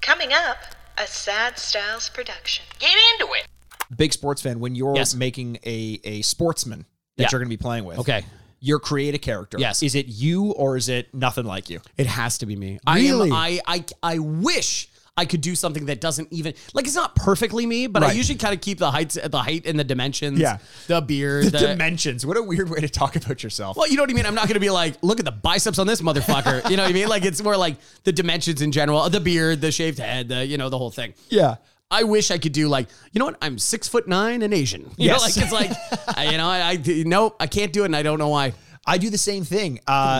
Coming up, a Sad Styles production. Get into it. Big sports fan, when you're Yes. making a, a sportsman that Yeah. you're going to be playing with, Okay. you're create a character. Yes. Is it you or is it nothing like you? It has to be me. Really? I am. I, I I wish I could do something that doesn't even like it's not perfectly me, but I Right. usually kind of keep the heights, the height and the dimensions. Yeah. The beard. The, Dimensions. What a weird way to talk about yourself. well, you know what I mean. I'm not going to be like, look at the biceps on this motherfucker. You know what I mean? Like it's more like the dimensions in general, the beard, the shaved head, the you know the whole thing. Yeah. I wish I could do like, you know what? I'm six foot nine and Asian. You know, Yes. like it's like, I, you know, I, I no, I can't do it, and I don't know why. I do the same thing. Uh,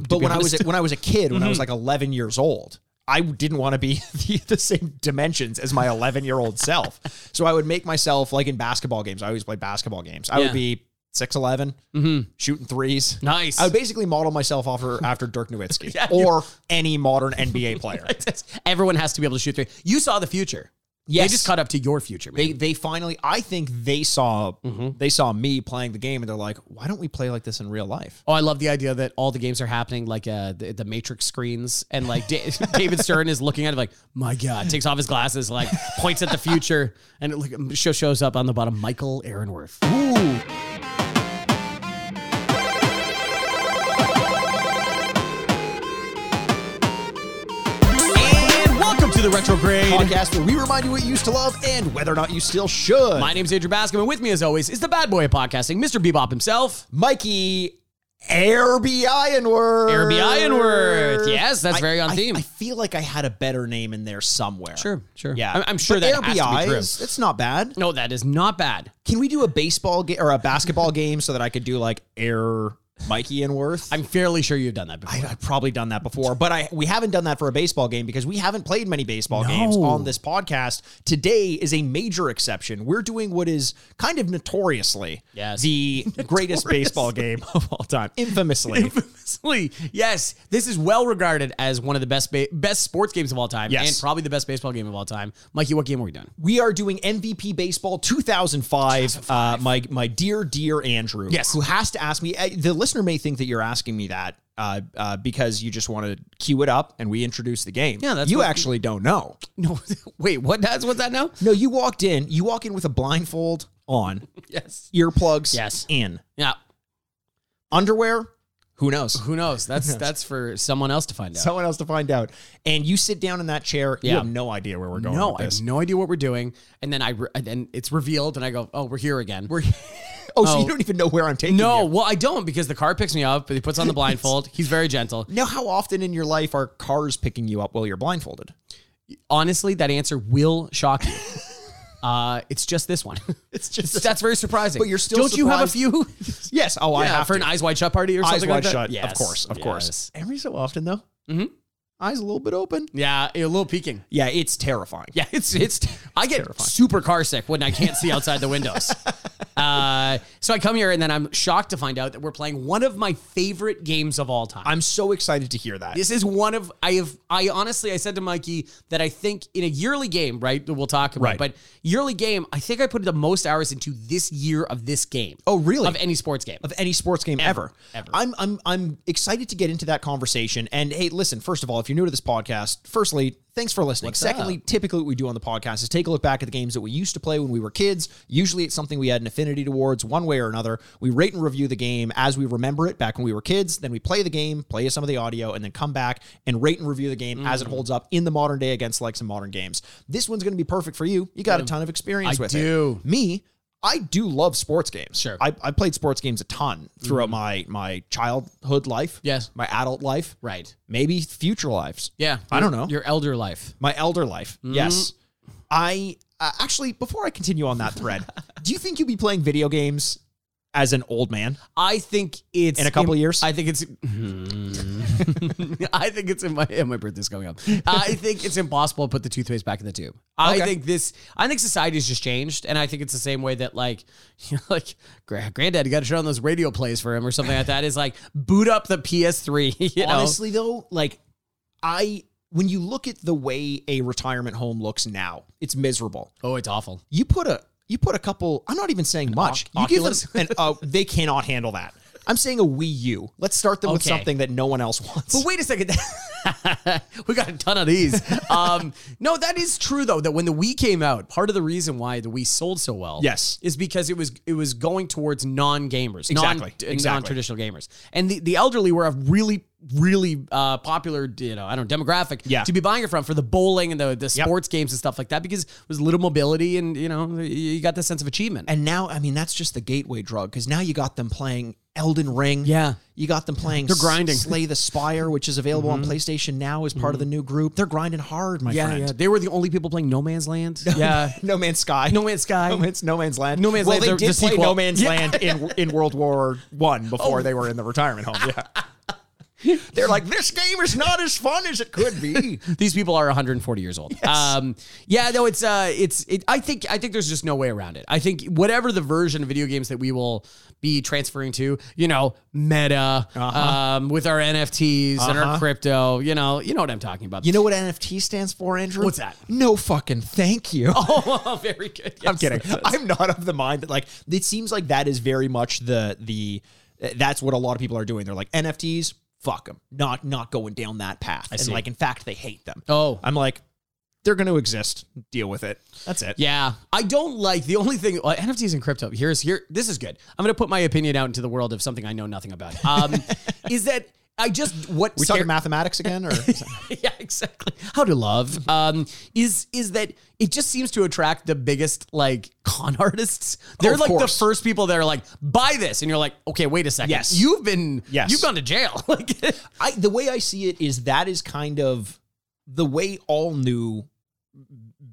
uh, to but be when I was honest. a- when I was a kid, when I Mm-hmm. was like 11 years old, I didn't want to be the, the same dimensions as my 11 year old self. So I would make myself like in basketball games. I always played basketball games. I Yeah. Mm-hmm. would be 6'11", shooting threes. Nice. I would basically model myself after after Dirk Nowitzki Yeah, you- or any modern NBA player. Everyone has to be able to shoot three. You saw the future. Yes. They just caught up to your future, man. They they finally I think they saw Mm-hmm. they saw me playing the game and they're like, why don't we play like this in real life? Oh, I love the idea that all the games are happening like uh, the, the Matrix screens, and like Da- David Stern is looking at it like, my God, takes off his glasses, like points at the future, and it like, show shows up on the bottom, Michael Aaronworth. Ooh. And welcome to the retrograde. Podcast where we remind you what you used to love and whether or not you still should. My name's Andrew Bascom, and with me, as always, is the bad boy of podcasting, Mr. Bebop himself, Mikey Airby Ironworth. Airby Ironworth. Yes, that's very on I- theme. I feel like I had a better name in there somewhere. Sure, sure. Yeah, I'm- I'm sure But that Airby has to be true. Eyes, It's not bad. No, that is not bad. Can we do a baseball game or a basketball game so that I could do like Air Mikey and Worth? I'm fairly sure you've done that before. I, I've probably done that before, but I we haven't done that for a baseball game because we haven't played many baseball games on this podcast. Today is a major exception. We're doing what is kind of notoriously Yes. the greatest baseball game of all time, infamously. Infamously, yes, this is well regarded as one of the best ba- best sports games of all time, Yes. and probably the best baseball game of all time. Mikey, what game are we doing? we are doing MVP Baseball 2005. Uh, my my dear dear Andrew, Yes. who has to ask me. uh, The listener may think that you're asking me that uh, uh, because you just want to cue it up and we introduce the game. Yeah, that's you what- actually don't know. No, wait, what? That's what's that now? No, you walked in. You walk in with a blindfold on, Yes. earplugs Yes. in, Yeah. underwear. Who knows? Who knows? That's that's for someone else to find out. Someone else to find out. And you sit down in that chair. You Yeah. have no idea where we're going. no, with I this. have no idea what we're doing, and then I re- and then it's revealed, and I go, "Oh, we're here again." We're Oh, so Oh. you don't even know where I'm taking no, you. well, I don't because the car picks me up. He puts on the blindfold. He's very gentle. Now, how often in your life are cars picking you up while you're blindfolded? Honestly, that answer will shock you. Uh, it's just this one. It's just That's very surprising. But you're still Don't you have a surprised- few? Yes. Oh, I Yeah, have for an to. eyes wide shut party or eyes something wide like that. shut. Yes, Of course, of yes. Mm-hmm. course. Every so often though, eyes a little bit open. Yeah, a little peeking. Yeah, it's terrifying. Yeah, it's it's. I get Terrifying. super car sick when I can't see outside the windows. uh, so I come here and then I'm shocked to find out that we're playing one of my favorite games of all time. I'm so excited to hear that. This is one of I have I honestly I said to Mikey that I think in a yearly game, right, that we'll talk about, Right. but yearly game, I think I put the most hours into this year of this game. Oh, really? Of any sports game. of any sports game ever. Ever. I'm I'm I'm excited to get into that conversation. And hey, listen, first of all, if you're new to this podcast, firstly, thanks for listening. Secondly, typically what we do on the podcast is take a look back at the games that we used to play when we were kids. Usually it's something we had an affinity towards one way or another. We rate and review the game as we remember it back when we were kids, then we play the game, play some of the audio, and then come back and rate and review the game as Mm. it holds up in the modern day against like some modern games. This one's gonna be perfect for you. You got a ton of experience I with do. it. Me, I do love sports games. Sure. Mm-hmm. I, I played sports games a ton throughout my my childhood life. Yes. My adult life. Right. Maybe future lives. Yeah. Mm-hmm. I don't know. Your elder life. My elder life. Yes. I uh, actually before I continue on that thread, do you think you'd be playing video games as an old man? I think it's In a couple im- years? I think it's. I think it's in my yeah, my birthday's coming up. I think it's impossible to put the toothpaste back in the tube. I Okay. think this. I think society's just changed, and I think it's the same way that like, you know, like gra- granddad, you got to turn on those radio plays for him or something like that. Is like boot up the PS3. You know? Honestly though, like I when you look at the way a retirement home looks now, it's miserable. oh, it's awful. you put a you put a couple. I'm not even saying much. You give Oculus? them, and uh, they cannot handle that. I'm saying a Wii U. Let's start them with Okay. something that no one else wants. But wait a second. we got a ton of these. Um, no, that is true though. That when the Wii came out, part of the reason why the Wii sold so well, Yes. is because it was it was going towards non gamers, Exactly, exactly. non traditional gamers, and the, the elderly were a really really uh, popular you know I don't know, demographic Yeah. to be buying it from for the bowling and the the sports games and stuff like that because it was little mobility and you know you got this sense of achievement. and now, I mean, that's just the gateway drug because now you got them playing Elden Ring. Yeah. You got them playing They're S- grinding. Mm-hmm. Slay the Spire, which is available on PlayStation now as part of the new group. They're grinding hard, my yeah, friend. Uh, yeah, they were the only people playing No Man's Land. yeah, No Man's Sky. No Man's Sky. No Man's, no Man's Land. No Man's well, Land, They the- did the play sequel. No Man's Yeah. Land in in World War One before they were in the retirement home. Yeah. They're like, this game is not as fun as it could be. These people are 140 years old. Um, yeah, no, it's uh, it's it, I think I think there's just no way around it. I think whatever the version of video games that we will be transferring to, you know, Meta, Uh-huh. um, with our NFTs and our crypto, you know, you know what I'm talking about. You know what NFT stands for, Andrew? What's that? No fucking thank you. oh, very good. I'm kidding. I'm not of the mind that like it seems like that is very much the the uh, that's what a lot of people are doing. They're like NFTs, fuck them. Not not going down that path. and see. like in fact they hate them. Oh. I'm like they're going to exist. Deal with it. That's it. Yeah, I don't like the only thing uh, NFTs and crypto. Here's here. This is good. I'm gonna put my opinion out into the world of something I know nothing about. Um, is that I just what We talking mathematics again or yeah, exactly. How to Mm-hmm. love um, is is that it just seems to attract the biggest like con artists. They're of like course. the first people that are like, buy this, and you're like, okay, wait a second. Yes. you've been Yes. you've gone to jail. like, I the way I see it is that is kind of the way all new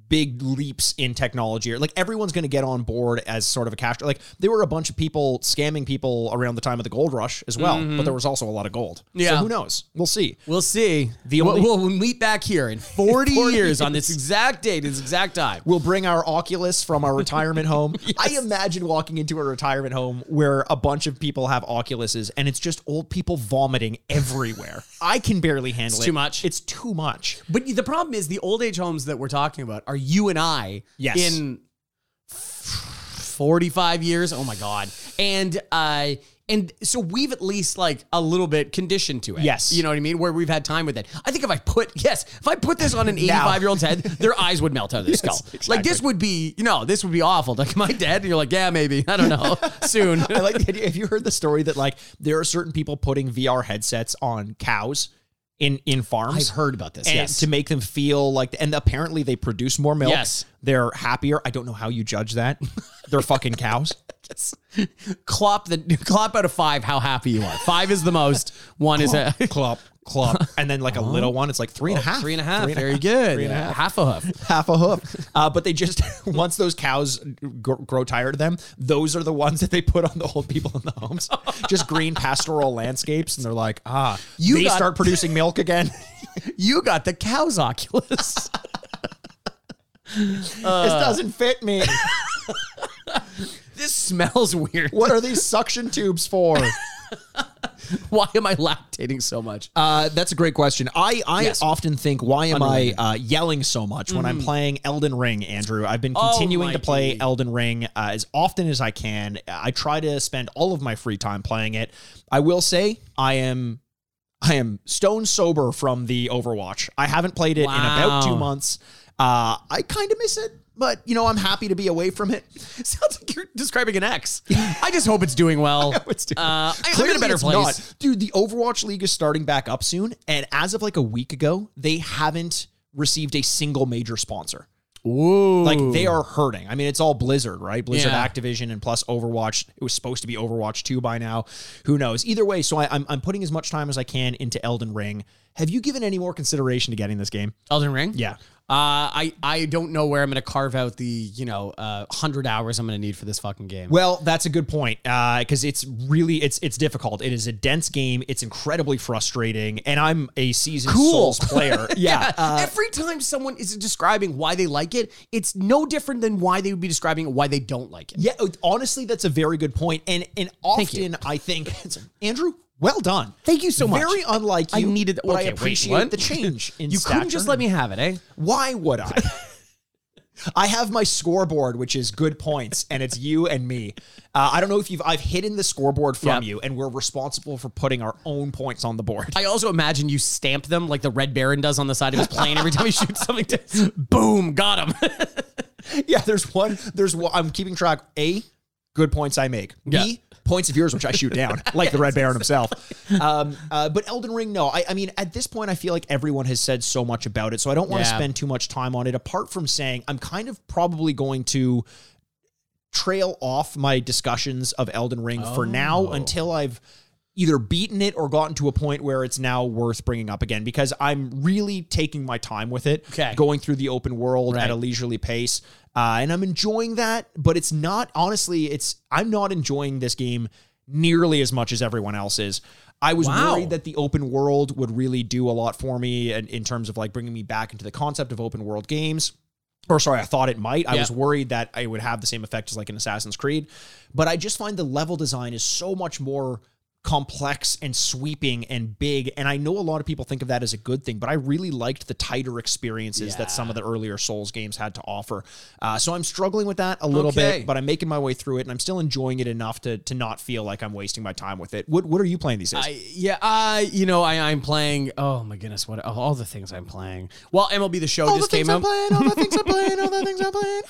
big leaps in technology are like everyone's going to get on board as sort of a cash like there were a bunch of people scamming people around the time of the gold rush as well but there was also a lot of gold Mm-hmm. Yeah. so who knows we'll see we'll see. The we'll, only- we'll, we'll meet back here in 40, 40 years on this exact date, this exact time. we'll bring our oculus from our retirement home i imagine walking into a retirement home where a bunch of people have oculuses and it's just old people vomiting everywhere i can barely handle it too much. it's too much But the problem is the old age homes that we're talking about are you and I Yes. in 45 years. Oh my god. And uh and so we've at least like a little bit conditioned to it. Yes. You know what I mean? Where we've had time with it. I think if I put yes, if I put this on an 85 year old's head, their eyes would melt out of their skull. Like this exactly. would be, you know, this would be awful. Like my dad, and you're like, yeah, maybe. I don't know. Soon. I like the idea. Have you heard the story that like there are certain people putting VR headsets on cows in in farms? I've heard about this. And yes. to make them feel like, and apparently they produce more milk. Yes. they're happier. I don't know how you judge that. They're fucking cows. Yes. Clop the clop out of five how happy you are. Five is the most. One is a Clop, clop, and then like a little one. It's like three and a half. three and a half. Very good. Three and a half. half a hoof. half a hoof. Uh, but they just once those cows gr- grow tired of them, those are the ones that they put on the old people in the homes. Just green pastoral landscapes, and they're like, ah, You they got- start producing milk again. You got the cow's oculus. this doesn't fit me. this smells weird. What are these suction tubes for? Why am I lactating so much? Uh, that's a great question. I, I Yes. Mm-hmm. often think, why am I uh, yelling so much when I'm playing Elden Ring, Andrew? I've been Oh, continuing to play Mikey. Elden Ring uh, as often as I can. I try to spend all of my free time playing it. I will say, I am. I am stone sober from the Overwatch. I haven't played it in about Wow. two months. Uh, I kind of miss it, but you know I'm happy to be away from it. Sounds like you're describing an ex. I just hope it's doing well. it's doing- Uh, I, I'm Clearly in a better it's place. not. Dude, the Overwatch League is starting back up soon. And as of like a week ago, they haven't received a single major sponsor. Ooh. Like they are hurting. I mean, it's all Blizzard, right? Blizzard Yeah. Activision and plus Overwatch. It was supposed to be Overwatch 2 by now. Who knows? Either way, so I, I'm, I'm putting as much time as I can into Elden Ring. Have you given any more consideration to getting this game? Elden Ring? Yeah. Uh, I, I don't know where I'm going to carve out the, you know, uh, 100 hours I'm going to need for this fucking game. Well, that's a good point because it's really it's it's difficult. It is a dense game. It's incredibly frustrating, and I'm a seasoned Cool. Souls player. yeah, uh, Every time someone is describing why they like it, it's no different than why they would be describing why they don't like it. Yeah, honestly, that's a very good point. And and you. often I think Andrew, well done. Thank you so much. Very unlike I you. needed- but I okay, wait, appreciate what? the change in You couldn't just stature. let me have it, eh? Why would I? I have my scoreboard, which is good points, and it's you and me. Uh, I don't know if you've I've hidden the scoreboard from Yep. you, and we're responsible for putting our own points on the board. I also imagine you stamp them like the Red Baron does on the side of his plane every time he shoots something. To, boom, got him. yeah, there's one. There's one. I'm keeping track. A, good points I make. Yeah. B, points of yours which I shoot down, like the Red Baron himself. Um, uh, but Elden Ring, no. I, I mean, at this point, I feel like everyone has said so much about it, so I don't want to Yeah. spend too much time on it. Apart from saying, I'm kind of probably going to trail off my discussions of Elden Ring for Oh. now until I've either beaten it or gotten to a point where it's now worth bringing up again because I'm really taking my time with it, Okay. going through the open world at Right. a leisurely pace, uh, and I'm enjoying that. But it's not honestly, it's I'm not enjoying this game nearly as much as everyone else is. I was Wow. worried that that the open world would really do a lot for me and in terms of like bringing me back into the concept of open world games. Or sorry, I thought it might. I Yeah. was worried that it would have the same effect as like an Assassin's Creed, but I just find the level design is so much more complex and sweeping and big. And I know a lot of people think of that as a good thing, but I really liked the tighter experiences that some of the earlier Souls games had to offer. Uh, so I'm struggling with that a little Okay. bit, but I'm making my way through it, and I'm still enjoying it enough to to not feel like I'm wasting my time with it. What What are you playing these days? I, yeah, I you know I I'm playing. Oh my goodness, what oh, all the things I'm playing. Well, MLB the Show just came out. playing, all the things I'm playing, all the things I'm playing.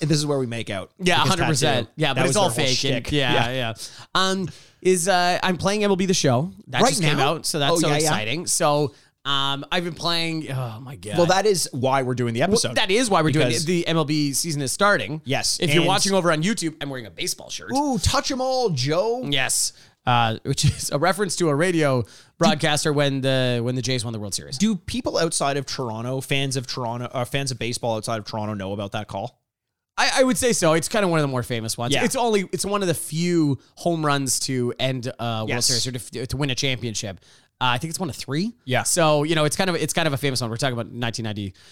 This is where we make out. Yeah, Because hundred percent. Tattoo, Yeah, that but was it's all their whole fake. and- shtick. yeah, yeah, Um, is uh, I'm playing MLB the Show that Right just came now? out, so that's Oh, so yeah, yeah. exciting. So, um, I've been playing. Oh my god. Well, that is why we're doing the Well, episode. that is why we're doing it. Because- The MLB season is starting. Yes, If you're and- watching over on YouTube, I'm wearing a baseball shirt. Ooh, touch them all, Joe. Yes. Uh, which is a reference to a radio broadcaster when the when the Jays won the World Series. Do people outside of Toronto, fans of Toronto, uh, fans of baseball outside of Toronto, know about that call? I, I would say so. It's kind of one of the more famous ones. Yeah. It's only it's one of the few home runs to end uh, World Yes. Series or to, to win a championship. Uh, I think it's one of three. Yeah. So you know it's kind of it's kind of a famous one. We're talking about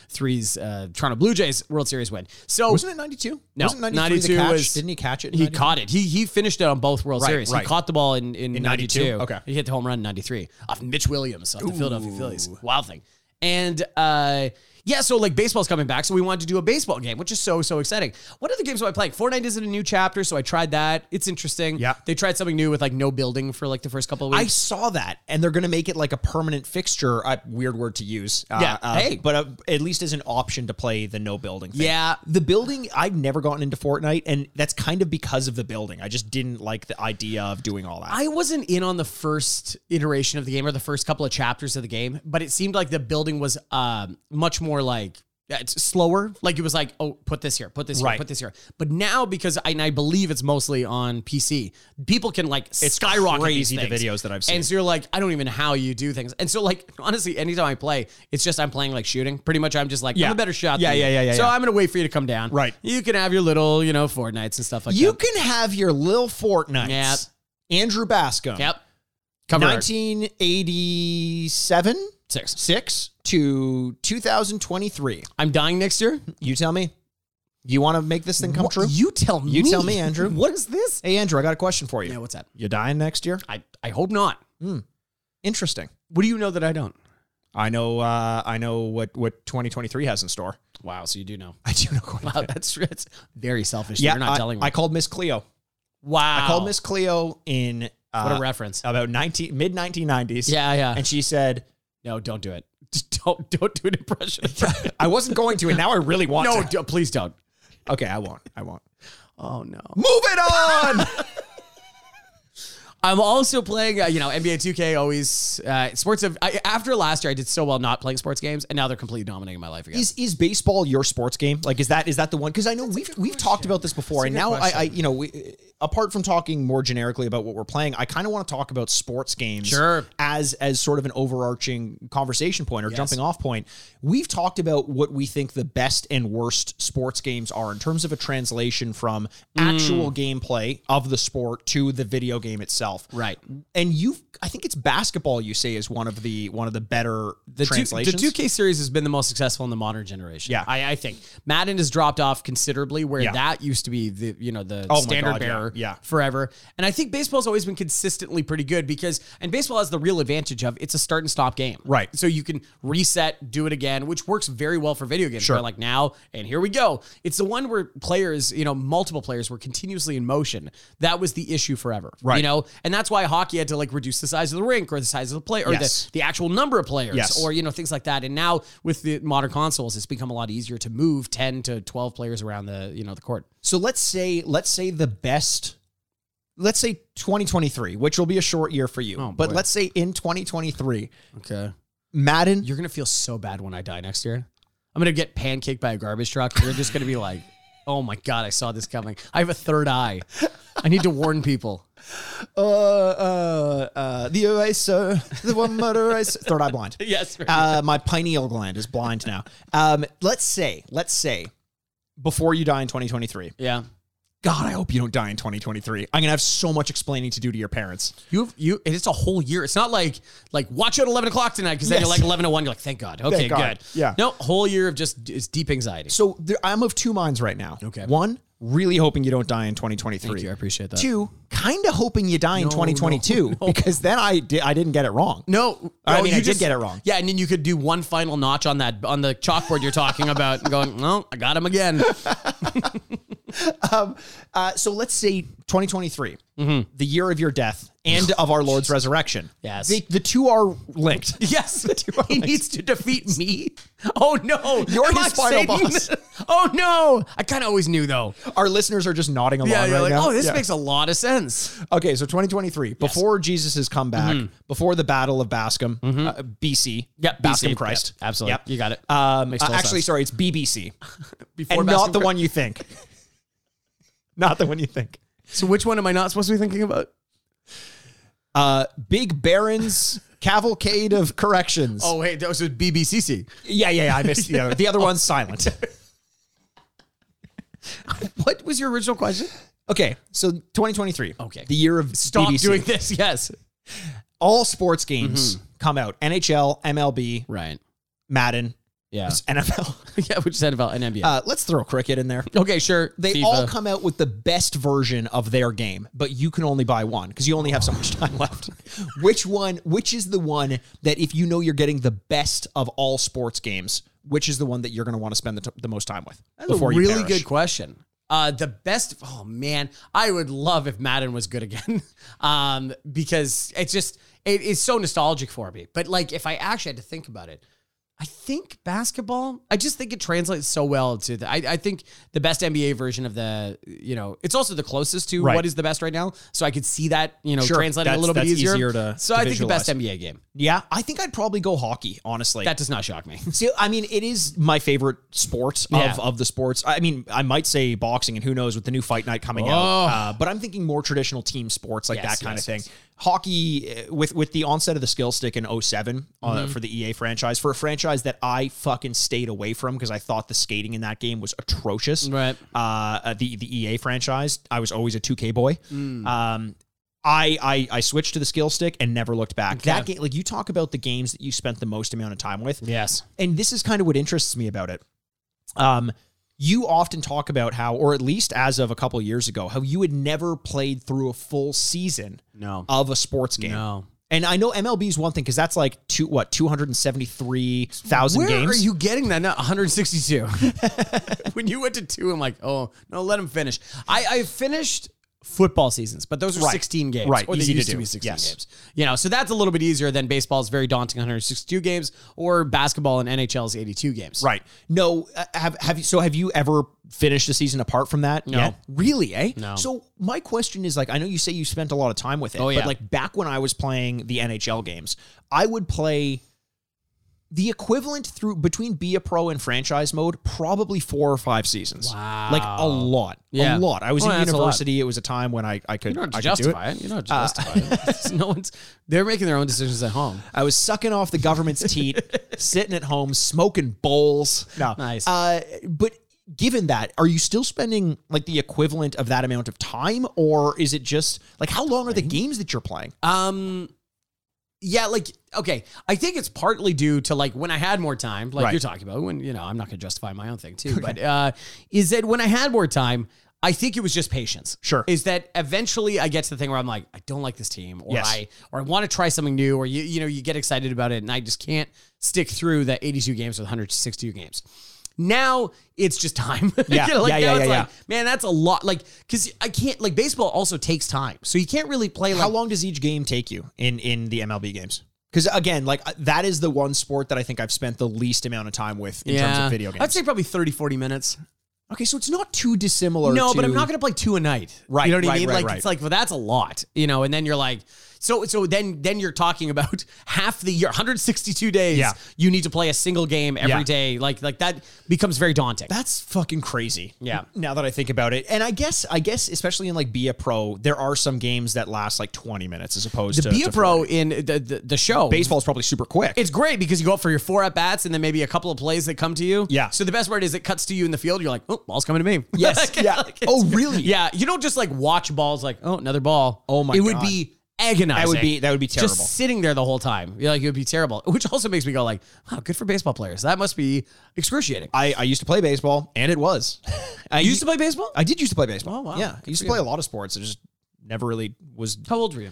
1993's uh, Toronto Blue Jays World Series win. So Wasn't it ninety-two? Oh. No, Wasn't 93 92 the catch? was- Didn't he catch it? in He 92? caught it. He he finished it on both World Right, Series. right. He caught the ball in, in, 92? 92. Okay. He hit the home run in 93 off Mitch Williams off the Philadelphia Phillies. Wild thing. And uh, yeah, so like baseball's coming back. So we wanted to do a baseball game, which is so, so exciting. What other games am I playing? Fortnite is in a new chapter. So I tried that. It's interesting. Yeah. They tried something new with like no building for like the first couple of I weeks. saw that, and they're going to make it like a permanent fixture. Uh, weird word to use. Uh, Yeah, uh, hey. but uh, at least as an option to play the no building. Thing. yeah. The building, I've never gotten into Fortnite, and that's kind of because of the building. I just didn't like the idea of doing all that. I wasn't in on the first iteration of the game or the first couple of chapters of the game, but it seemed like the building was um, much more like yeah, it's slower. Like it was like, oh, put this here, put this here, Right. put this here. But now because I, and I believe it's mostly on PC, people can like It's skyrocket crazy these the things. videos that I've seen. And so you're like, I don't even know how you do things. And so like honestly, anytime I play, it's just I'm playing like shooting. Pretty much, I'm just like Yeah. I'm a better shot. Yeah, than you. yeah, yeah, yeah, So yeah. I'm gonna wait for you to come down. Right. You can have your little, you know, Fortnites and stuff like you that. can have your Lil Fortnite. Yep. Andrew Bascom. Yep. Cover art. 1987 six. 6 to 2023. I'm dying next year. You tell me. You want to make this thing come What- true? You tell me. You tell me, Andrew. What is this? hey, Andrew, I got a question for you. Yeah, what's that? You dying next year? I, I hope not. Interesting. What do you know that I don't? I know. Uh, I know what what 2023 has in store. Wow, so you do know. I do know quite a Wow, bit. that's, that's very selfish. that Yeah, you're not I, telling me. I called Miss Cleo. wow. I called Miss Cleo in uh, What a reference. about 19 mid 1990s. yeah, yeah. And she said, no, don't do it. Just don't don't do an impression. I wasn't going to, and now I really want no, to. do- please don't. Okay, I won't. I won't. Oh no. Move it on. I'm also playing, uh, you know, NBA 2K always uh, sports. Of I, after last year, I did so well not playing sports games, and now they're completely dominating my life again. is is baseball your sports game? Like, is that is that the one? Because I know we've we've talked about this before, and now I, I you know we, apart from talking more generically about what we're playing, I kind of want to talk about sports games, Sure. as as sort of an overarching conversation point or jumping off point. We've talked about what we think the best and worst sports games are Hmm. in terms of a translation from actual gameplay of the sport to the video game itself. itself. Right. And you I think it's basketball you say is one of the one of the better The two, the translations. 2K series has been the most successful in the modern generation. Yeah. I, I think Madden has dropped off considerably, where Yeah. that used to be the you know the Oh my standard God, yeah, bearer yeah. forever. And I think baseball's always been consistently pretty good because and baseball has the real advantage of it's a start and stop game, Right. So you can reset, do it again, which works very well for video games. Sure. where, like now and here we go. It's the one where players, you know, multiple players were continuously in motion. That was the issue forever, Right. You know, and that's why hockey had to like reduce the size of the rink or the size of the play or Yes. the, the actual number of players Yes. or you know things like that and now with the modern consoles it's become a lot easier to move 10 to 12 players around the you know the court So let's say let's say the best let's say 2023, which will be a short year for you. Oh, but boy. let's say in 2023, okay Madden you're gonna feel so bad when i die next year i'm gonna get pancaked by a garbage truck you're just gonna be like oh my god i saw this coming i have a third eye i need to warn people uh uh uh the eraser, the one murder eraser, third eye blind. yes uh, my pineal gland is blind now. Um, let's say, let's say, before you die in 2023, yeah God, I hope you don't die in 2023. I'm gonna have so much explaining to do to your parents. You've you and it's a whole year. It's not like like watch out at eleven o'clock tonight because then Yes. you're like eleven to one. You're like thank God. Okay, Thank God. good. Yeah. No, whole year of just it's deep anxiety. So there, I'm of two minds right now. Okay. One, really hoping you don't die in 2023. Thank you. I appreciate that. Two, kind of hoping you die in No, 2022 no, no. because then I di- I didn't get it wrong. No, I no, mean, I you did get it wrong. Yeah, and then you could do one final notch on that on the chalkboard you're talking about, and going, "No, I got him again." Uh, so let's say 2023, the year of your death and of our Lord's resurrection. Mm-hmm. Yes. The, the two are linked. Yes, he needs to defeat me. Oh no, You're Am his I final Satan? boss. Oh no, I kind of always knew though. Our listeners are just nodding along Yeah, right you're like, now. oh, this Yeah. makes a lot of sense. Okay, so 2023, before Jesus' comeback, Mm-hmm. before the Battle of Bascom, uh, BC, Yep, Bascom BC, Christ, yep, absolutely. You got it. Um, Makes uh, total actually, sense. sorry, it's BBC, Before and Baskin- not the one you think. not the one you think. So which one am I not supposed to be thinking about? Uh, Big Baron's cavalcade of corrections. Oh wait, that was with BBCC. yeah, yeah, yeah. I missed the other. The other one's silent. What was your original question? Okay, so 2023. Okay. the year of Stop BBC. doing this. Yes. all sports games come out: NHL, MLB, Right. Madden, Yeah. NFL. yeah. Which said about an NBA. Uh, let's throw cricket in there. okay. Sure. They FIFA. all come out with the best version of their game, but you can only buy one because you only have so much time left. which one? Which is the one that if you know you're getting the best of all sports games, which is the one that you're going to want to spend the, t- the most time with That's a really good question. Uh, the best. Oh man, I would love if Madden was good again, um, because it's just it is so nostalgic for me. But like, if I actually had to think about it, I think basketball. I just think it translates so well to the. I, I think the best NBA version of the. You know, it's also the closest to Right. what is the best right now. So I could see that you know Sure. translating a That's- little bit that's easier. easier to- so to I think the best NBA game. Yeah, I think I'd probably go hockey. Honestly, That does not shock me. See, I mean, it is my favorite sport of, Yeah. of the sports. I mean, I might say boxing, and who knows with the new fight night coming Oh. out. Uh, but I'm thinking more traditional team sports like Yes, that kind yes, of thing. yes. Hockey uh, with with the onset of the skill stick in 7 uh, Mm-hmm. for the EA franchise, for a franchise that I fucking stayed away from because I thought the skating in that game was atrocious. Right. Uh, uh, the the EA franchise, I was always a 2K boy. Mm. Um, I, I I switched to the skill stick and never looked back. That game, like you talk about the games that you spent the most amount of time with Yes. and this is kind of what interests me about it. Um, you often talk about how, or at least as of a couple years ago, how you had never played through a full season No. of a sports game. No. And I know MLB is one thing because that's like two what two hundred and seventy three thousand Where games. are you getting that? Not 162. when you went to two, I'm like, oh no, let him finish. I I finished football seasons, but those are Right. 16 games, Right. Or Easy they to used to, do. be 16 Yes. games. You know, so that's a little bit easier than baseball's very daunting 162 games, or basketball and NHL's 82 games. Right. No. uh, Have have you? So have you ever finished a season apart from that? No. Really? Eh. No. So my question is like, I know you say you spent a lot of time with it. Oh, yeah. But like back when I was playing the NHL games, I would play the equivalent through between be a pro and franchise mode, probably four or five seasons. Wow. Like a lot. A Yeah. lot. I was Oh, yeah, in that's a lot. university. It was a time when I I could You don't I have could to do it. justify it. You don't have to justify it. no one's. They're making their own decisions at home. I was sucking off the government's teat, sitting at home smoking bowls. No, Nice. Uh, but given that, are you still spending like the equivalent of that amount of time, or is it just like how long are the games that you're playing? Um, yeah, like okay, I think it's partly due to like when I had more time, like Right. you're talking about. When you know, I'm not going to justify my own thing too, but uh, is that when I had more time. I think it was just patience. Sure. Is that eventually I get to the thing where I'm like, I don't like this team, or Yes. I or I want to try something new, or you you know you get excited about it, and I just can't stick through the 82 games with 162 games. Now it's just time. Yeah. You know, like Yeah, yeah, now it's yeah, like, man, that's a lot. Like, because I can't like baseball also takes time, so you can't really play like how long does each game take you in in the MLB games? Because again, like uh, that is the one sport that I think I've spent the least amount of time with in terms of video games. I'd say probably 30, 40 minutes. okay, so it's not too dissimilar. No, but to- I'm not going to play two a night. Right, You know what I right, mean? right, like right. it's like well, that's a lot. You know, and then you're like, so so then then you're talking about half the year, 162 days. Yeah. You need to play a single game Yeah. every day. Like like that becomes very daunting. That's fucking crazy. Yeah. Now that I think about it, and I guess I guess especially in like be a pro, there are some games that last like 20 minutes as opposed to Be to a pro in the the, the show. Baseball is probably super quick. It's great because you go up for your four at bats and then maybe a couple of plays that come to you. Yeah. So the best part is it cuts to you in the field. You're like, oh, ball's coming to me. Yes. Like, yeah. like it's- oh, really? Yeah, you don't just like watch balls like, oh, another ball. Oh my It would God. be agonizing. That would be that would be terrible. Just sitting there the whole time. You're like, it would be terrible. Which also makes me go like, wow, good for baseball players. That must be excruciating. I, I used to play baseball, and it was. I you used to play baseball? I did used to play baseball. Oh, wow. Yeah, I Good used for to play a lot of sports. I just never really was. How old were you?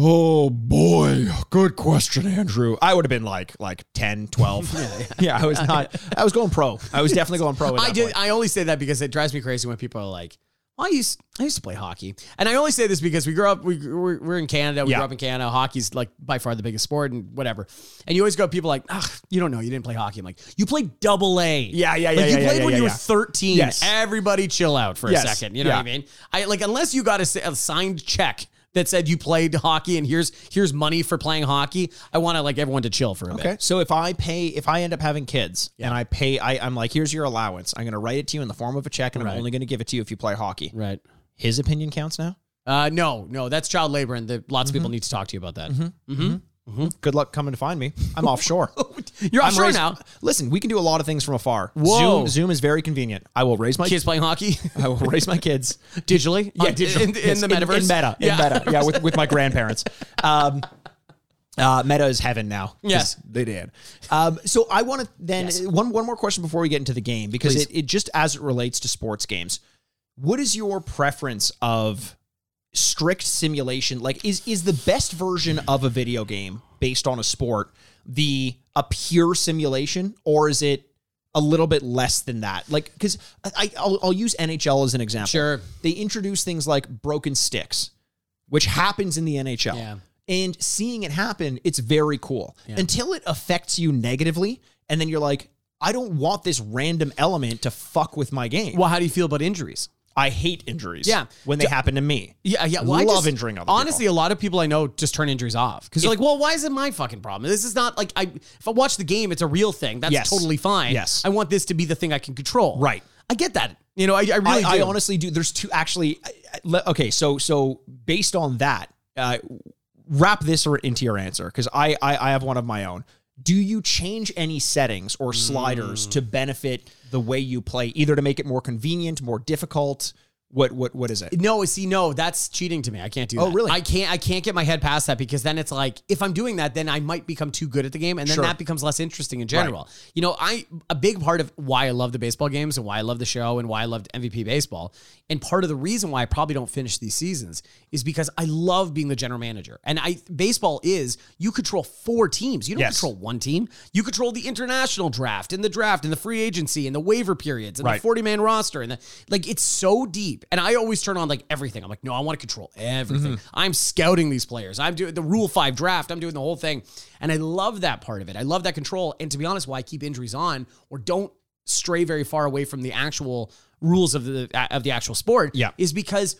Oh boy, good question, Andrew. I would have been like like 10, 12. yeah, I was not. I was going pro. I was definitely going pro. At I that did. point. I only say that because it drives me crazy when people are like, well, I used I used to play hockey, and I only say this because we grew up. We we're, we're in Canada. We Yeah. grew up in Canada. Hockey's like by far the biggest sport, and whatever. And you always go, people like, Ugh, you don't know, you didn't play hockey. I'm like, you played double A. Yeah, yeah, yeah, Like you yeah, played yeah, when yeah, you were yeah. 13. Yes. Everybody chill out for Yes. a second. You know Yeah. what I mean? I like unless you got a, s- a signed check. That said, you played hockey, and here's here's money for playing hockey. I want to like everyone to chill for a Okay. bit. So if I pay, if I end up having kids and I pay, I, I'm like, here's your allowance. I'm going to write it to you in the form of a check, and Right. I'm only going to give it to you if you play hockey. Right. His opinion counts now. Uh, no, no, that's child labor, and the, lots of Mm-hmm. people need to talk to you about that. Good luck coming to find me. I'm offshore. You're I'm offshore raised- now. Listen, we can do a lot of things from afar. Whoa. Zoom, Zoom is very convenient. I will raise my Kids playing hockey I will raise my kids. digitally. Yeah, On- digital- in, in yes, the metaverse. In, meta. yeah. In meta. Yeah, with, with my grandparents. Um, uh, meta is heaven now. 'cause Yes. They did. Um, so I want to then Yes. one one more question before we get into the game because Please. it, it just as it relates to sports games, what is your preference of strict simulation? Like is is the best version of a video game based on a sport the a pure simulation or is it a little bit less than that? Like cuz I I'll, I'll use NHL as an example Sure. they introduce things like broken sticks, which happens in the NHL. Yeah. And seeing it happen, it's very cool until it affects you negatively. And then you're like, I don't want this random element to fuck with my game. Well, how do you feel about injuries? I hate injuries. Yeah. When they happen to me. Yeah, yeah. I Well, I love just- injuring other people. Honestly, a lot of people I know just turn injuries off because they're like, "Well, why is it my fucking problem? This is not like I. If I watch the game, it's a real thing. That's Yes. totally fine. Yes. I want this to be the thing I can control. Right. I get that. You know, I, I really I, I do. honestly do. There's two actually. I- I- le- Okay, so so based on that, uh, wrap this or- into your answer because I, I I have one of my own. Do you change any settings or sliders to Mm. benefit the way you play, either to make it more convenient, more difficult? What what what is it? No, see, no, that's cheating to me. I can't do Oh, that. really? I can't. I can't get my head past that because then it's like, if I'm doing that, then I might become too good at the game, and then Sure. that becomes less interesting in general. You know, I a big part of why I love the baseball games and why I love the show and why I loved MVP baseball, and part of the reason why I probably don't finish these seasons is because I love being the general manager. And I baseball is you control four teams. You don't Yes. control one team. You control the international draft and the draft and the free agency and the waiver periods and the Right. 40 man roster and the, like it's so deep. And I always turn on like everything. I'm like, no, I want to control everything. Mm-hmm. I'm scouting these players. I'm doing the rule five draft. I'm doing the whole thing. And I love that part of it. I love that control. And to be honest, why I keep injuries on or don't stray very far away from the actual rules of the of the actual sport Yeah. is because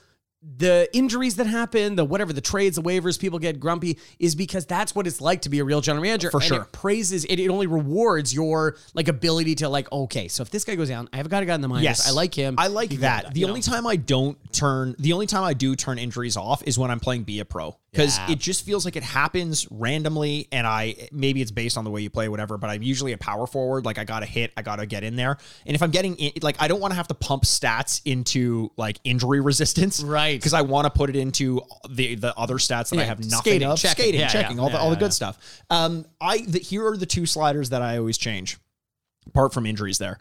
the injuries that happen, the whatever, the trades, the waivers, people get grumpy is because that's what it's like to be a real general manager. For and sure. It praises it, it only rewards your like ability to like, okay, so if this guy goes down, I've got a guy in the minors. I like him. I like He can that. do The you only know? time I don't turn, the only time I do turn injuries off is when I'm playing be a pro because Yeah. it just feels like it happens randomly. And I maybe it's based on the way you play, whatever. But I'm usually a power forward. Like I got to hit, I got to get in there. And if I'm getting in, like I don't want to have to pump stats into like injury resistance, Right. Because I want to put it into the the other stats that I Yeah, have nothing skating, of. checking. skating, Yeah, checking, yeah. all the Yeah, all the yeah, good yeah. stuff. Um, I the, here are the two sliders that I always change, apart from injuries. There.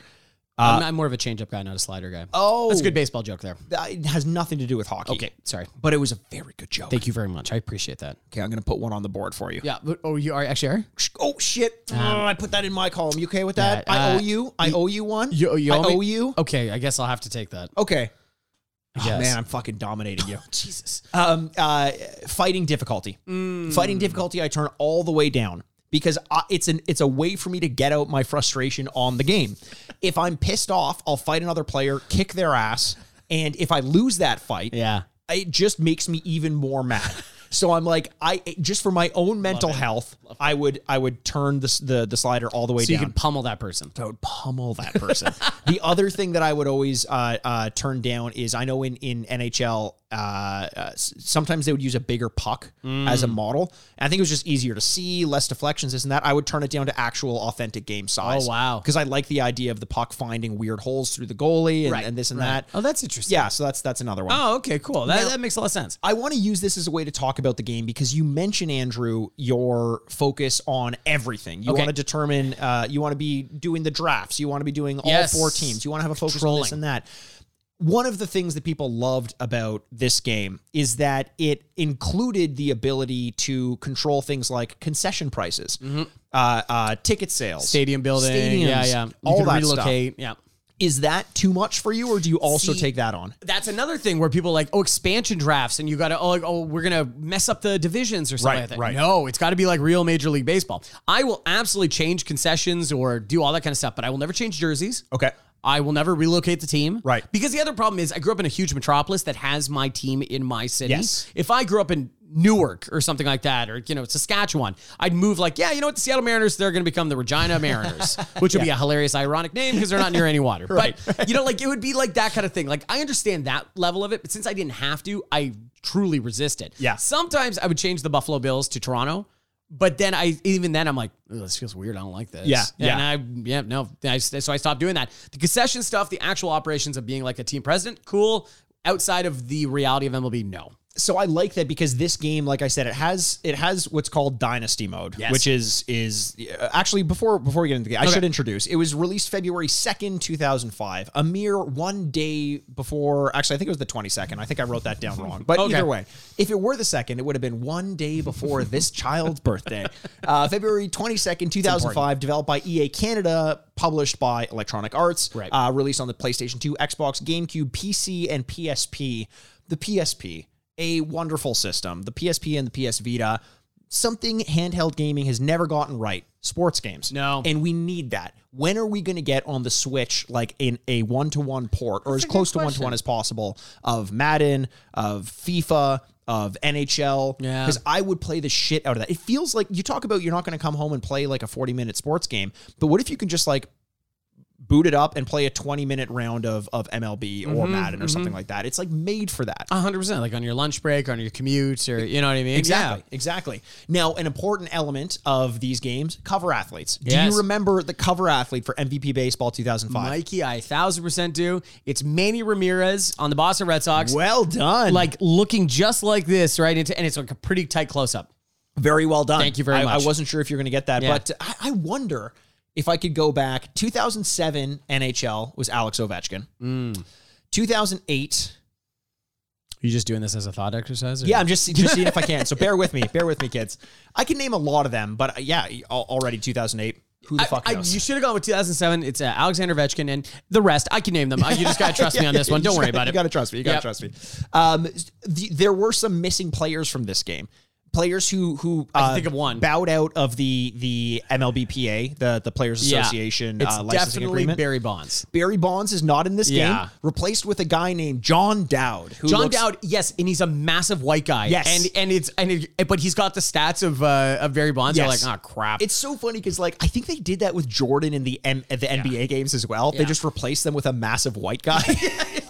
I'm, I'm more of a changeup guy, not a slider guy. Oh, That's a good baseball joke there. that- it has nothing to do with hockey. Okay, sorry. But it was a very good joke. Thank you very much. I appreciate that. okay, I'm going to put one on the board for you. Yeah. but- Oh, you are actually are? Sh- Oh, shit. Oh, I put that in my column. You okay with that? that, I Um, uh, owe you. I owe you one. You- you I owe me- owe Oh. you. Okay, I guess I'll have to take that. Okay. I Oh, guess. Oh, man, I'm fucking dominating you. Jesus. um, uh, fighting difficulty. Fighting difficulty, I turn all the way down because I, it's an it's a way for me to get out my frustration on the game. if I'm pissed off, I'll fight another player, kick their ass, and if I lose that fight, Yeah. it just makes me even more mad. So I'm like, I just for my own mental health, I would I would turn this the the slider all the way So you down. can pummel that person. I would pummel that person. the other thing that I would always uh, uh, turn down is I know in in NHL uh, uh, s- sometimes they would use a bigger puck Mm. as a model. I think it was just easier to see, less deflections, this and that. I would turn it down to actual authentic game size. Oh, wow. Because I like the idea of the puck finding weird holes through the goalie and, and this and that. Oh, that's interesting. Yeah, so that's that's another one. Oh, okay, cool. That, that makes a lot of sense. I want to use this as a way to talk about the game because you mentioned Andrew your focus on everything. You Okay. want to determine. Uh, you want to be doing the drafts. You want to be doing all Yes. four teams. You want to have a focus on this Trolling. and that. One of the things that people loved about this game is that it included the ability to control things like concession prices, uh, uh, ticket sales, Mm-hmm. Stadium building. yeah, stadiums, yeah. You all can that stuff. relocate. Yeah. Is that too much for you, or do you also See, take that on? That's another thing where people like, oh, expansion drafts, and you got to, oh, like, oh, we're gonna mess up the divisions or something Right, like that. right. No, it's got to be like real Major League Baseball. I will absolutely change concessions or do all that kind of stuff, but I will never change jerseys. Okay. I will never relocate the team. Right. Because the other problem is I grew up in a huge metropolis that has my team in my city. Yes. If I grew up in Newark or something like that, or you know, Saskatchewan, I'd move like, yeah, you know what, the Seattle Mariners, they're gonna become the Regina Mariners, which would be a hilarious, ironic name because they're not near any water. But you know, like it would be like that kind of thing. Like I understand that level of it, but since I didn't have to, I truly resisted. Yeah. Sometimes I would change the Buffalo Bills to Toronto. But then I, even then, I'm like, "Ugh, this feels weird. I don't like this. Yeah, And yeah. I I yeah no I, so I stopped doing that. The concession stuff, the actual operations of being like a team president, cool. Outside of the reality of MLB, no. so I like that because this game, like I said, it has it has what's called dynasty mode, Yes. which is is uh, actually before before we get into the game, I should introduce. It was released February second, two thousand five, a mere one day before. Actually, I think it was the twenty second. I think I wrote that down wrong, but Okay. either way, if it were the second, it would have been one day before this child's birthday, uh, February twenty second, two thousand five. Developed by EA Canada, published by Electronic Arts, Right. uh, released on the PlayStation 2, Xbox, GameCube, PC, and PSP. The PSP, a wonderful system. The PSP and the PS Vita, something handheld gaming has never gotten right. Sports games. No. And we need that. When are we going to get on the Switch like in a one to one port or as a good close to one to question. one as possible of Madden, of FIFA, of NHL? Yeah. Because I would play the shit out of that. It feels like you talk about you're not going to come home and play like a 40 minute sports game, but what if you can just like boot it up and play a 20 minute round of of MLB or Mm-hmm, Madden or something like that. It's like made for that. hundred percent. Like on your lunch break, on your commute, or you know what I mean? Exactly. Exactly. Now, an important element of these games, cover athletes. Do Yes. you remember the cover athlete for MVP baseball 2005? Mikey, I thousand percent do. It's Manny Ramirez on the Boston Red Sox, Well done. like looking just like this, right? Into, and it's like a pretty tight close up. very well done. Thank you very I- much. I wasn't sure if you're going to get that, Yeah. but I, I wonder if I could go back. 2007 NHL was Alex Ovechkin. Mm. 2008 You just doing this as a thought exercise? Yeah, I'm just just seeing if I can. So bear with me, bear with me, kids. I can name a lot of them, but uh, yeah, al- already 2008. Who the fuck I, knows? you should have gone with 2007. It's uh, Alexander Vechkin and the rest. I can name them. Uh, You just gotta trust me on this one. You Don't just worry gotta- about it. You gotta trust me. You gotta Yep. trust me. Um, the, there were some missing players from this game. players who who uh, can think of one. bowed out of the the MLBPA, the the Players Yeah. Association It's uh, licensing definitely agreement. Barry Bonds. Barry Bonds is not in this Yeah. game. Replaced with a guy named John Dowd. Who John looks- Dowd, yes, and he's a massive white guy. Yes. and and it's and it, but he's got the stats of uh, of Barry Bonds. Yes. You're like, oh crap. It's so funny because like I think they did that with Jordan in the M- the NBA games as well. They Yeah. just replaced them with a massive white guy.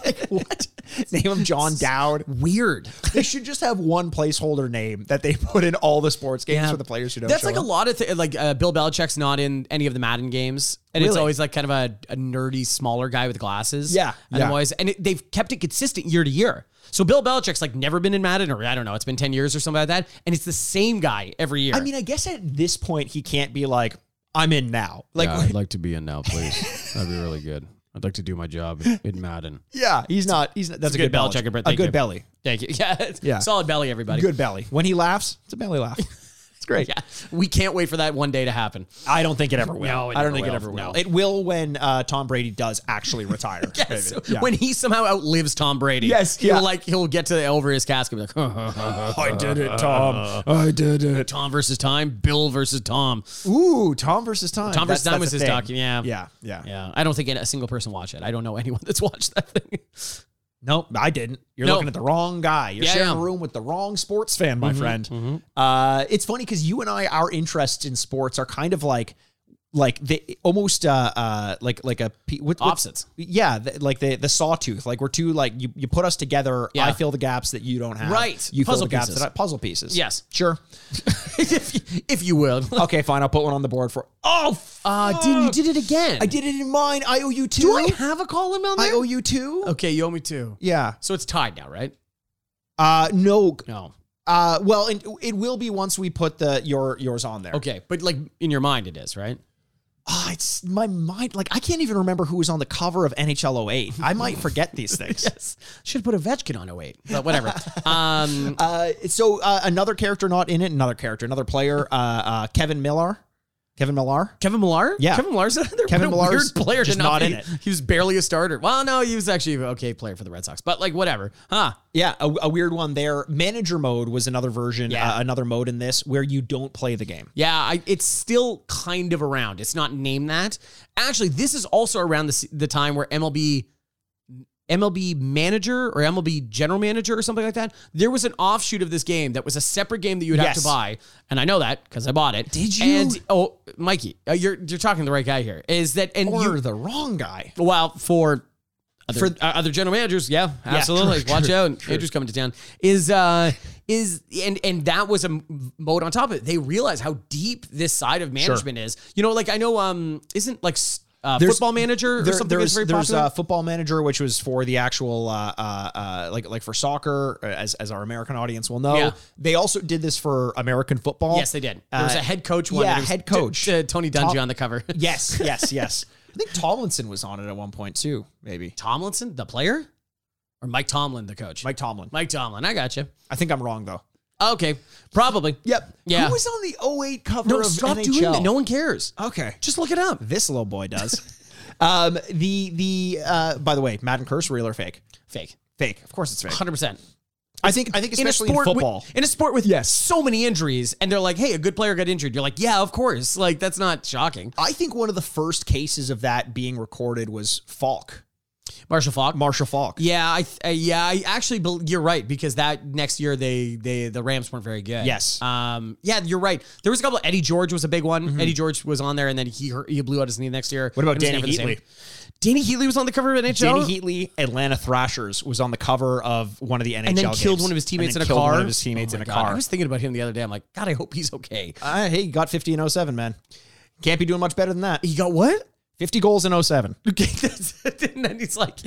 like, what? Name him John Dowd. weird. They should just have one placeholder name that they put in all the sports games Yeah. for the players who don't. That's show like up. a lot of th- like uh, Bill Belichick's not in any of the Madden games, and it's Really? always like kind of a, a nerdy, smaller guy with glasses. Yeah, and yeah. I'm always and it, they've kept it consistent year to year. So Bill Belichick's like never been in Madden, or I don't know, it's been ten years or something like that, and it's the same guy every year. I mean, I guess at this point he can't be like, I'm in now. Like, yeah, I'd like to be in now, please. That'd be really good. I'd like to do my job in Madden. he's not. He's not, that's a, good good, belly. Belichicker, but a thank good you. belly, Thank you. Yeah, it's Yeah. solid belly, everybody. good belly. When he laughs, it's a belly laugh. It's great. Yeah, we can't wait for that one day to happen. I don't think it ever will. No, it I don't never think will. it ever will. No. It will when uh, Tom Brady does actually retire. Yes. maybe. Yeah. When he somehow outlives Tom Brady, Yes, he'll yeah. like he'll get to over his casket. and Be like, I did it, Tom. I did it. Tom versus time, Bill versus Tom. Uh, Ooh, Tom versus time. Tom versus That's- time was that's his a thing. docu. Yeah. Yeah, yeah, Yeah. I don't think a single person watched it. I don't know anyone that's watched that thing. Nope, I didn't. You're No. looking at the wrong guy. You're Yeah, Mm-hmm, sharing yeah. a room with the wrong sports fan, my friend. Uh, it's funny because you and I, our interests in sports are kind of like, like the almost uh, uh like like a pe- what, what- Opposites. Yeah, the, like the the sawtooth. Like we're two like you, you put us together. Yeah. I fill the gaps that you don't have. Right. You fill Puzzle the gaps pieces. that I, puzzle pieces. Yes. sure. if, you- if you will. okay, fine. I'll put one on the board for. Oh, f- Uh, dude, you did it again. I did it in mine. I owe you two. Do I have a column on I there? owe you two. okay, you owe me two. Yeah. So it's tied now, right? Uh, no. No. Uh, well, it, it will be once we put the your yours on there. Okay, but like in your mind, it is right. Ah, it's my mind. Like I can't even remember who was on the cover of NHL 08. I might forget these things. Yes. Should put a Vetchkin on 08, but whatever. um, Uh, so uh, another character not in it. Another character. Another player. Uh, uh, Kevin Millar. Kevin Millar. Kevin Millar? Yeah. Kevin Millar's another Kevin what a Millar's weird player. to just not in it. He was barely a starter. Well, no, he was actually an okay player for the Red Sox, but like whatever. Huh. Yeah, a, a weird one there. Manager mode was another version. Yeah. Uh, another mode in this where you don't play the game. Yeah, I, it's still kind of around. It's not named that. Actually, this is also around the, s- the time where MLB MLB manager or MLB general manager or something like that. There was an offshoot of this game that was a separate game that you would have Yes. to buy, and I know that because I bought it. Did you? And oh, Mikey, uh, you're you're talking to the right guy here. Is that and Or you the wrong guy. Well, for other, For- uh, other general managers, yeah, absolutely. true, Watch true, out, Andrew's coming to town. Is uh is and and that was a m- mode on top of it. They realize how deep this side of management is. You know, like I know, um, isn't like s- uh, There's- football manager or There- something there's that's very there's popular. uh, football manager, which was for the actual uh, uh, uh, like like for soccer, uh, as as our American audience will know. Yeah. They also did this for American football. yes, they did. There was uh, a head coach one. yeah, and it was head t- coach. t- Tony Dungy on the cover. Yes, yes, yes. I think Tomlinson was on it at one point too. Maybe Tomlinson, the player, or Mike Tomlin, the coach. Mike Tomlin. Mike Tomlin. I got you. I think I'm wrong though. Okay, probably. Yep. Yeah. Who was on the 08 cover No, of stop NHL? doing that. No one cares. Okay. Just look it up. This little boy does. um, the the uh, by the way, Madden curse real or fake? Fake. Fake. Of course it's fake. Hundred percent. I think I think especially in, with- football. in a sport with Yes. so many injuries, and they're like, "Hey, a good player got injured." You're like, "Yeah, of course." Like that's not shocking. I think one of the first cases of that being recorded was Falk, Marshall Falk. Marshall Falk. yeah, I th- uh, yeah, I actually bel you're right because that next year they they the Rams weren't very good. Yes. Mm-hmm. Um. Yeah, you're right. There was a couple. Eddie George was a big one. Eddie George was on there, and then he hurt, he blew out his knee next year. What about It was Danny never the same. Heatley? Danny Heatley was on the cover of NHL. Danny Heatley, Atlanta Thrashers, was on the cover of one of the NHL and then killed games. one of his And teammates then in a killed car. One of his teammates Oh in my a God, car. I was thinking about him the other day. I'm like, God, I hope he's okay. Uh, hey, he got 50 in 07, man. Can't be doing much better than that. He got what? 50 goals in 07. Okay, that's, and then he's like,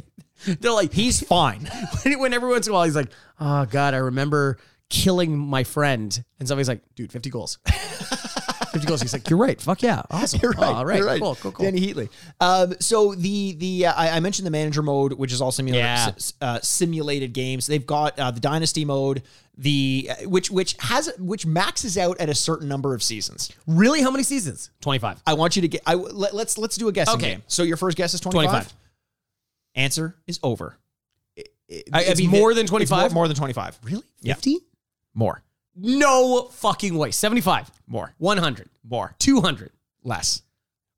they're like, He's fine. when every once in a while he's like, oh god, I remember killing my friend, and somebody's like, dude, fifty goals, fifty goals. He's like, you're right, fuck yeah, awesome, You're right. all right, you're right. cool, cool, cool. Danny Heatley. Um, so the the uh, I, I mentioned the manager mode, which is all simulated Yeah. s- uh, simulated games. They've got uh, the dynasty mode, the uh, which which has which maxes out at a certain number of seasons. really, how many seasons? Twenty five. I want you to get. I let, let's let's do a guessing Okay. game. So your first guess is twenty five. 25. Answer is over. It's more than twenty It's more- five. More than twenty five. Really, Yeah. fifty? More. No fucking way. 75. More. 100. More. 200. Less.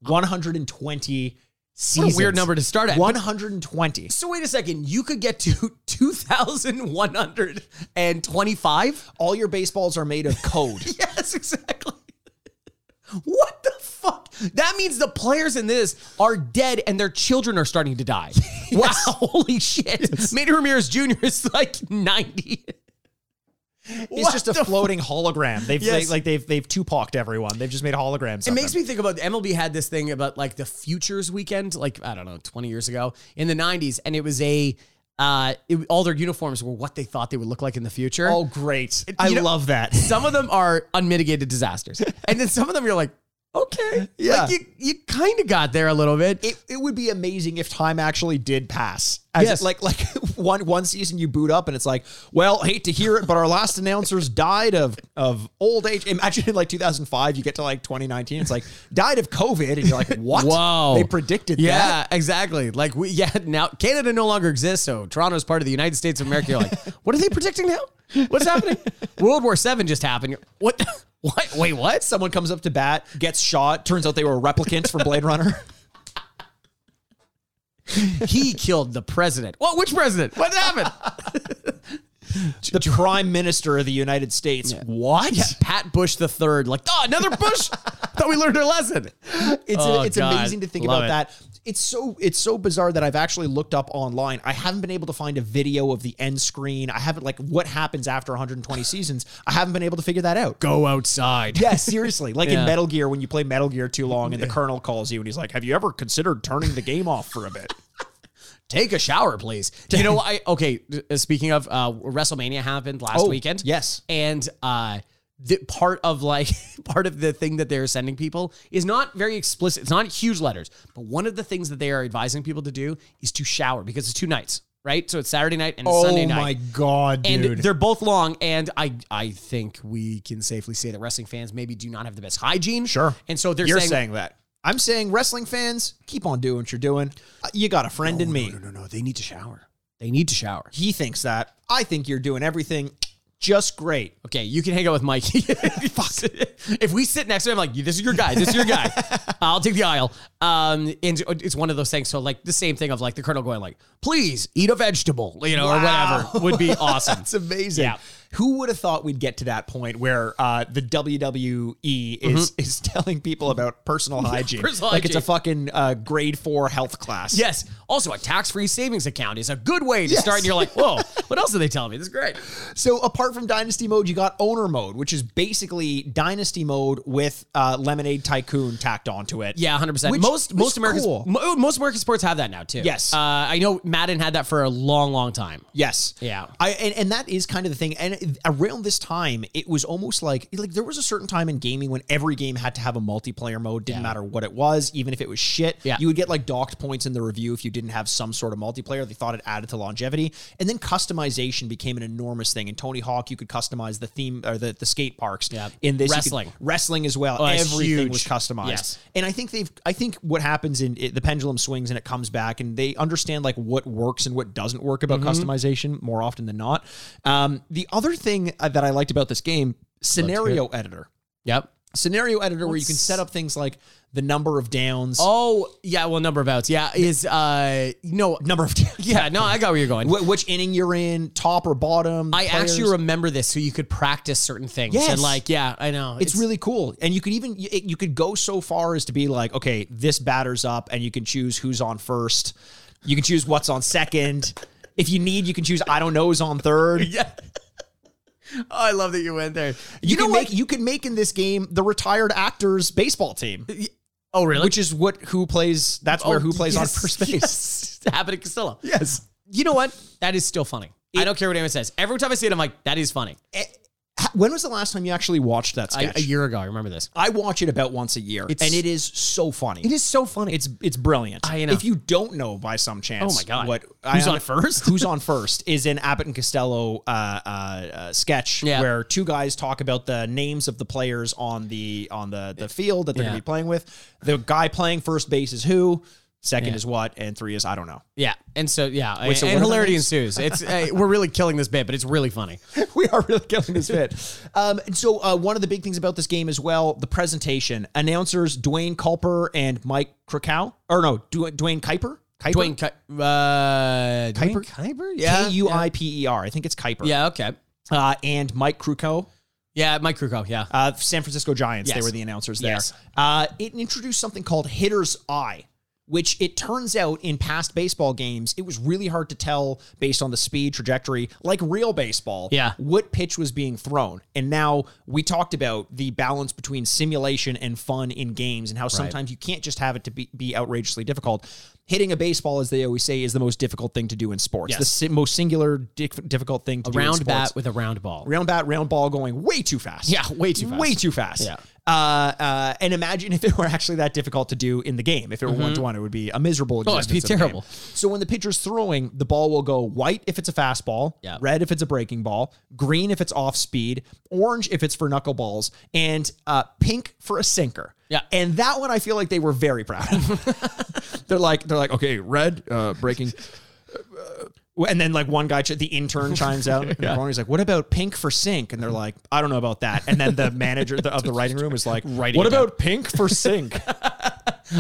120 seasons. What a weird number to start at. 120. so wait a second. You could get to 2,125? All your baseballs are made of code. Yes, exactly. What the fuck? That means the players in this are dead and their children are starting to die. Wow, holy shit. Manny Ramirez Jr. is like 90. It's just a floating hologram. They've Yes. they, like they've they've Tupac'd everyone. They've just made holograms. It makes me think about MLB had this thing about like the futures weekend, like I don't know, 20 years ago in the 90s, and it was a uh, it, all their uniforms were what they thought they would look like in the future. Oh, great! I you know- love that. Some of them are unmitigated disasters, and then some of them you're like, okay, Yeah. like you you kind of got there a little bit. It, it would be amazing if time actually did pass. As Yes. Like like one one season you boot up and it's like, well, hate to hear it, but our last announcers died of of old age. Imagine in like 2005, you get to like 2019, it's like died of COVID, and you're like, what? Wow. They predicted that. yeah, exactly. Like we, yeah. Now Canada no longer exists, so Toronto's part of the United States of America. You're like, what are they predicting now? What's happening? World War Seven just happened. You're- What? What? Wait, what? Someone comes up to bat, gets shot. Turns out they were replicants from Blade Runner. he killed the president. What? Which president? What happened? The Prime Minister of the United States. What? Pat Bush the third. Like, oh, another Bush. Thought we learned our lesson. It's Oh, it's God. amazing to think Love about it. that. It's so it's so bizarre that I've actually looked up online. I haven't been able to find a video of the end screen. I haven't like what happens after 120 seasons. I haven't been able to figure that out. Go outside. Yeah, seriously. Like in Yeah. Metal Gear, when you play Metal Gear too long, and the Colonel calls you and he's like, "Have you ever considered turning the game off for a bit?" Take a shower, please. You know, I okay. uh, Speaking of, uh, WrestleMania happened last Oh, weekend. yes. and uh, the part of like part of the thing that they're sending people is not very explicit. It's not huge letters, but one of the things that they are advising people to do is to shower because it's two nights, right? So it's Saturday night and it's Oh Sunday night. god, and they're both long. And I, I think we can safely say that wrestling fans maybe do not have the best hygiene. Sure. And so they're You're saying, saying, that. I'm saying wrestling fans, keep on doing what you're doing. Uh, You got a friend in me. no, no, no, they need to shower. They need to shower. He thinks that. I think you're doing everything just great. Okay, you can hang out with Mike. Fuck. If we sit next to him, like this is your guy, this is your guy. I'll take the aisle. Um, and it's one of those things. So like the same thing of like the colonel going like, please eat a vegetable, you know, or whatever would be awesome. It's amazing. Yeah. Who would have thought we'd get to that point where uh, the WWE is is telling people about personal hygiene? Mm-hmm. Personal like it's a hygiene. fucking uh, grade four health class. yes. Also, a tax-free savings account is a good way to Yes. start. And you're like, whoa, what else are they telling me? This is great. So apart from Dynasty Mode, you got Owner Mode, which is basically Dynasty Mode with uh, Lemonade Tycoon tacked onto it. Yeah, hundred percent. Which- Most which most American cool. mo- most American sports have that now too. Yes. Uh, I know Madden had that for a long, long time. Yes. Yeah. I and, and that is kind of the thing. And around this time, it was almost like like there was a certain time in gaming when every game had to have a multiplayer mode. Didn't matter what it was, even if it was shit. Yeah. You would get like docked points in the review if you didn't have some sort of multiplayer. They thought it added to longevity. And then customization became an enormous thing. In Tony Hawk, you could customize the theme or the, the skate parks. Yeah. In this you could- Wrestling. wrestling as well. that's Everything Oh, huge. was customized. Yes. And I think they've I think what happens in it, the pendulum swings and it comes back and they understand like what works and what doesn't work Mm-hmm. about customization more often than not. Um, the other thing uh, that I liked about this game, scenario editor. Yep. Scenario editor where you can set up things like the number of downs. Oh yeah, well number of outs. Yeah, is uh no Number of downs. yeah no I got where you're going. Wh- which inning you're in, top or bottom. I players. actually remember this, so you could practice certain things. Yes. And like yeah, I know it's, really cool and you could even you you could go so far as to be like okay this batters up and you can choose who's on first you can choose what's on second if you need you can choose i don't know is on third yeah. oh, I love that you went there. You, you, know can what? make you can make in this game the retired actors baseball team oh really? which is what who plays that's where Oh, who plays yes, on first base Yes. Happened at Castillo. yes. You know what? That is still funny. I don't care what anyone says. Every time I see it, I'm like, that is funny. Ha- when was the last time you actually watched that I, sketch a year ago, I remember this. I watch it about once a year It's- and it is so funny It is so funny. It's it's brilliant. I know. If you don't know by some chance, Oh my God. what Who's on first? who's on first is an Abbott and Costello uh, uh, uh, sketch Yeah. where two guys talk about the names of the players on the on the the field that they're Yeah. gonna be playing with. The guy playing first base is who. Second Yeah. is what, and three is I don't know. Yeah, and so yeah, and, so and what are the hilarity names? ensues. It's uh, we're really killing this bit, but it's really funny. we are really killing this bit. Um, and so uh, one of the big things about this game as well, the presentation. Announcers Dwayne Culper and Mike Krakow, or no, Du- Dwayne Kuiper. Kuiper? Dwayne Ki- uh, Dwayne Kuiper? Kuiper, K yeah, U I P E R. I think it's Kuiper. yeah, okay, Uh, and Mike Kruko, yeah, Mike Kruko, yeah, uh, San Francisco Giants. They Yes. were the announcers there. Yes. Uh, it introduced something called hitter's eye, which it turns out in past baseball games, it was really hard to tell based on the speed trajectory, like real baseball, Yeah. what pitch was being thrown. And now we talked about the balance between simulation and fun in games and how sometimes you can't just have it to be, be outrageously difficult. Hitting a baseball, as they always say, is the most difficult thing to do in sports. Yes. The si- most singular diff- difficult thing to do in round sports bat with a round ball. round bat, round ball going way too fast. Yeah, way too fast. Way too fast. Yeah. Uh, uh, and imagine if it were actually that difficult to do in the game. If it were one to one, it would be a miserable. Mm-hmm. Oh, it'd be existence of a game. terrible. So when the pitcher's throwing, the ball will go white if it's a fastball, Yeah. red if it's a breaking ball, green if it's off speed, orange if it's for knuckleballs, and uh, pink for a sinker. Yeah. And that one, I feel like they were very proud of. they're like, they're like, okay, red uh, breaking. And then like one guy, ch- the intern chimes out. and He's like, "What about pink for sink?" And they're like, "I don't know about that." And then the manager the, of the writing room is like, Writing "What it down. about pink for sink?"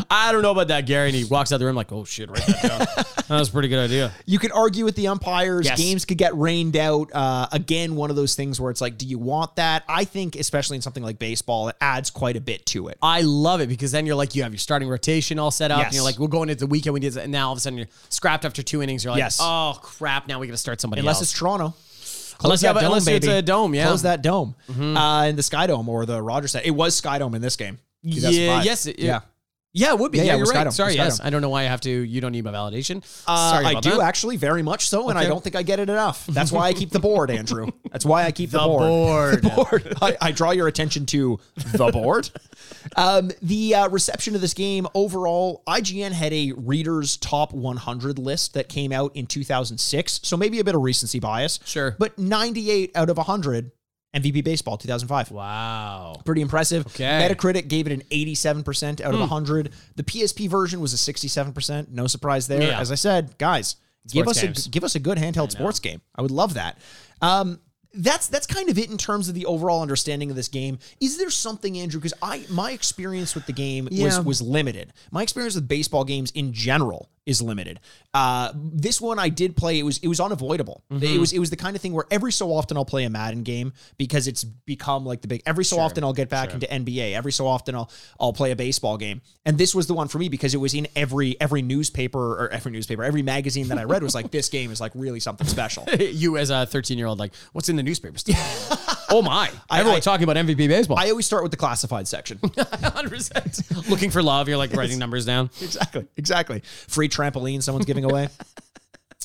I don't know about that, Gary. And he walks out the room like, oh shit, write that down. that was a pretty good idea. you could argue with the umpires. Yes. Games could get rained out. Uh, again, one of those things where it's like, "Do you want that?" I think, especially in something like baseball, it adds quite a bit to it. I love it because then you're like, you have your starting rotation all set up. Yes. And you're like, we're going into the weekend. We did that. And now all of a sudden you're scrapped after two innings. You're like, Yes. oh crap, now we got to start somebody Unless else. it's Toronto. Unless Close that you have- dome, unless it's baby. a dome, yeah. Mm-hmm. Close that dome. Uh, in the Sky Dome or the Rogers Center. It was Sky Dome in this game. 2005. Yeah, yes, it- yeah. yeah, it would be. Yeah, Yeah, yeah, you're we're right. Skydome. Sorry, We're yes. Skydome. I don't know why I have to. You don't need my validation. Uh, Sorry I about do that. actually very much so, and I Okay. don't think I get it enough. That's why I keep the board, Andrew. That's why I keep the, The board. the board. I, I draw your attention to the board. Um, the uh, reception of this game overall, IGN had a readers' top 100 list that came out in 2006, so maybe a bit of recency bias. Sure. but 98 out of 100 MVP baseball 2005 Wow. pretty impressive. Okay. Hmm. Metacritic gave it an 87% out of 100. The PSP version was a 67%. No surprise there. Yeah. As I said, guys, give us Sports games. a give us a good handheld sports game. I would love that. Um that's that's kind of it in terms of the overall understanding of this game. Is there something, Andrew? Because I my experience with the game was Yeah. was limited. My experience with baseball games in general is limited. Uh, this one I did play. It was it was unavoidable. It was it was the kind of thing where every so often I'll play a Madden game because it's become like the big. Every so often I'll get back into NBA. Every so often I'll I'll play a baseball game. And this was the one for me because it was in every every newspaper or every newspaper every magazine that I read was like this game is like really something special. You as a 13 year old, like, what's in the newspaper? Still? oh my! Everyone I- talking about MVP baseball. I always start with the classified section. 100%. Looking for love. You're like writing numbers down. exactly, exactly. Free trampoline someone's giving away.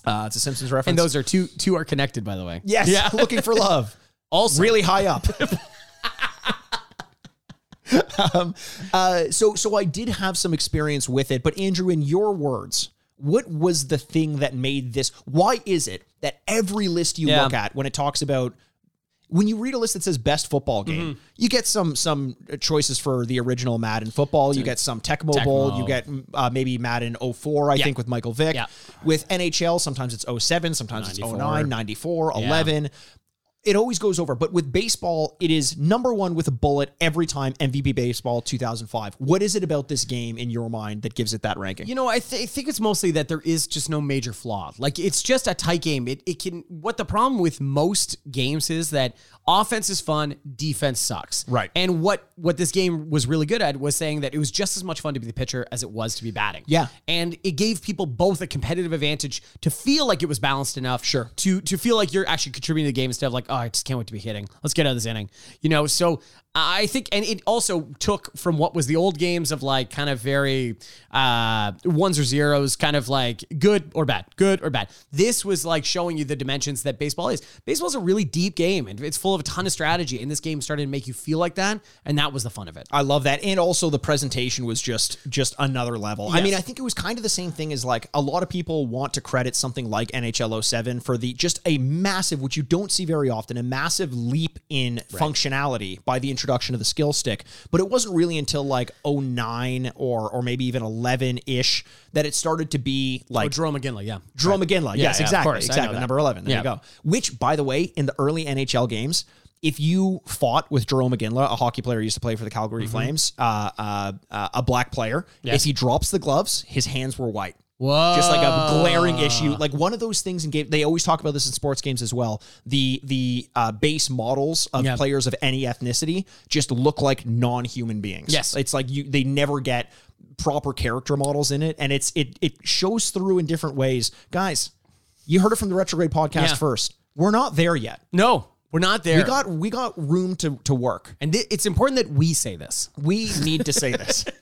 Uh, it's a Simpsons reference. And those are two. Two are connected, by the way. yes, looking for love. Also, really high up. um, uh, so, so I did have some experience with it, but Andrew, in your words, what was the thing that made this? Why is it that every list you Yeah. look at when it talks about when you read a list that says best football game, Mm-hmm. you get some some choices for the original Madden football. You get some Tecmo, Bowl. Tecmo. You get uh, maybe Madden 04, I think, with Michael Vick. Yeah. With NHL, sometimes it's 07, sometimes it's 09, 94, 11. It always goes over. But with baseball, it is number one with a bullet every time MVP Baseball 2005. What is it about this game in your mind that gives it that ranking? You know, I, th- I think it's mostly that there is just no major flaw. Like it's just a tight game. It it can what the problem with most games is that offense is fun, defense sucks. Right. And what what this game was really good at was saying that it was just as much fun to be the pitcher as it was to be batting. Yeah. And it gave people both a competitive advantage to feel like it was balanced enough. Sure. To to feel like you're actually contributing to the game instead of like, oh, I just can't wait to be hitting. Let's get out of this inning. You know, so I think and it also took from what was the old games of like kind of very uh ones or zeros, kind of like good or bad, good or bad. This was like showing you the dimensions that baseball is. Baseball's a really deep game and it's full of a ton of strategy. And this game started to make you feel like that, and that was the fun of it. I love that, and also the presentation was just just another level. I mean, I think it was kind of the same thing as like a lot of people want to credit something like NHL 07 for the just a massive, which you don't see very often, a massive leap in functionality by the introduction of the skill stick. But it wasn't really until like 09 or or maybe even 11 ish that it started to be Oh, like Jerome McGinley, yeah. Drew McGinley. Yeah, yes, yeah, of exactly. course. I know exactly. that. Number 11. There Yeah. you go. Which, by the way, in the early NHL games, if you fought with Jerome McGinley, a hockey player who used to play for the Calgary Mm-hmm. Flames, uh, uh, uh, a black player, if he drops the gloves, his hands were white. Whoa. Just like Ah. a glaring issue, like one of those things in game. They always talk about this in sports games as well. The the uh, base models of Yeah. players of any ethnicity just look like non human beings. Yes. it's like you they never get proper character models in it, and it's it it shows through in different ways. Guys, you heard it from the retrograde podcast Yeah. first. We're not there yet. No, we're not there. We got we got room to to work. and thi- it's important that we say this. We need to say this.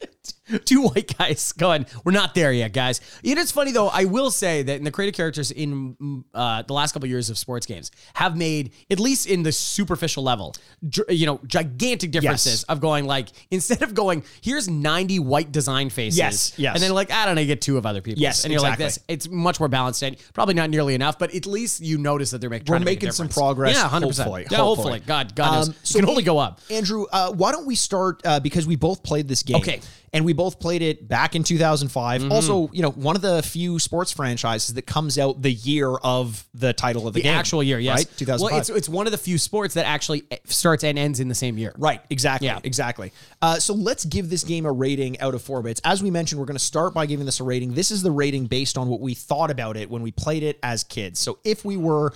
Two white guys going, we're not there yet, guys. It is funny though. I will say that in the creative characters in mm, uh, the last couple years of sports games have made, at least in the superficial level, dr- you know, gigantic differences Yes. of going like instead of going here's ninety white design faces, Yes, yes. and then like I don't know, you get two of other people, Yes, and you're like this. exactly. It's much more balanced and probably not nearly enough, but at least you notice that they're making. We're making some progress. Yeah, hundred percent. hopefully, Yeah, hopefully. hopefully. God, God knows. Um, It so can we- only go up. Andrew, uh, why don't we start uh, because we both played this game. Okay. Mm-hmm. And we both played it back in 2005. Also, you know, one of the few sports franchises that comes out the year of the title of the, the game. actual year, yes. Right? 2005. Well, it's it's one of the few sports that actually eh, starts and ends in the same year. Right, exactly, Yeah. exactly. Uh, so let's give this game a rating out of four bits. As we mentioned, we're going to start by giving this a rating. This is the rating based on what we thought about it when we played it as kids. So if we were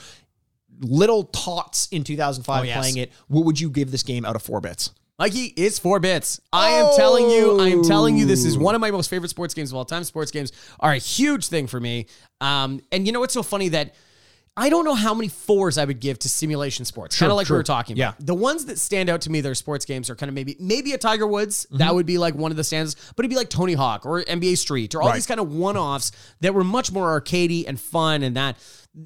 little tots in 2005 Oh, yes. playing it, what would you give this game out of four bits? Mikey, it's four bits. I am telling you, I am telling you, this is one of my most favorite sports games of all time. Sports games are a huge thing for me. Um, and you know what's so funny that I don't know how many fours I would give to simulation sports. kind of like true. we were talking about. Yeah. The ones that stand out to me that are sports games are kind of maybe maybe a Tiger Woods. Mm-hmm. That would be like one of the stands, but it'd be like Tony Hawk or NBA Street or all Right. these kind of one-offs that were much more arcadey and fun and that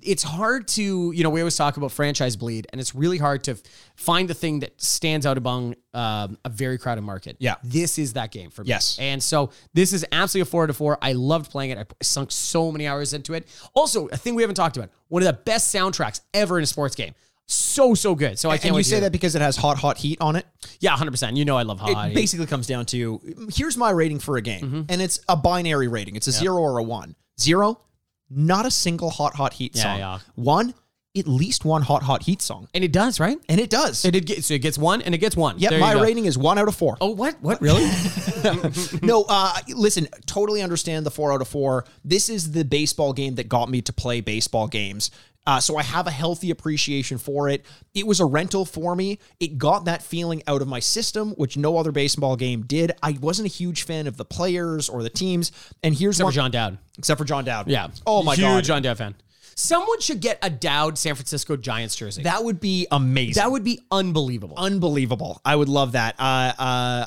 it's hard to, you know, we always talk about franchise bleed, and it's really hard to f- find the thing that stands out among um, a very crowded market. Yeah. This is that game for me. Yes. And so this is absolutely a four out of four. I loved playing it. I sunk so many hours into it. Also, a thing we haven't talked about one of the best soundtracks ever in a sports game. So, so good. So I can't And wait you to say hear that because it has hot, hot heat on it? it. Yeah, 100%. You know, I Mm-hmm. love Hot. it basically comes down to here's my rating for a game and it's a binary rating it's a zero or a one zero not a single hot hot heat Yeah, song yeah. one at least one hot hot heat song and it does, right? and it does It did get, so it gets one and it gets one. yep There you my go. rating is one out of four. Oh, what? What? Really? no uh, listen totally understand the four out of four this is the baseball game that got me to play baseball games uh, so I have a healthy appreciation for it. It was a rental for me. It got that feeling out of my system, which no other baseball game did. I wasn't a huge fan of the players or the teams. And here's Except one for John Dowd. except for John Dowd. Yeah. Oh my Huge god, John Dowd fan. Someone should get a Dowd San Francisco Giants jersey. That, that would be amazing. would be unbelievable. unbelievable. I would love that. Uh, uh,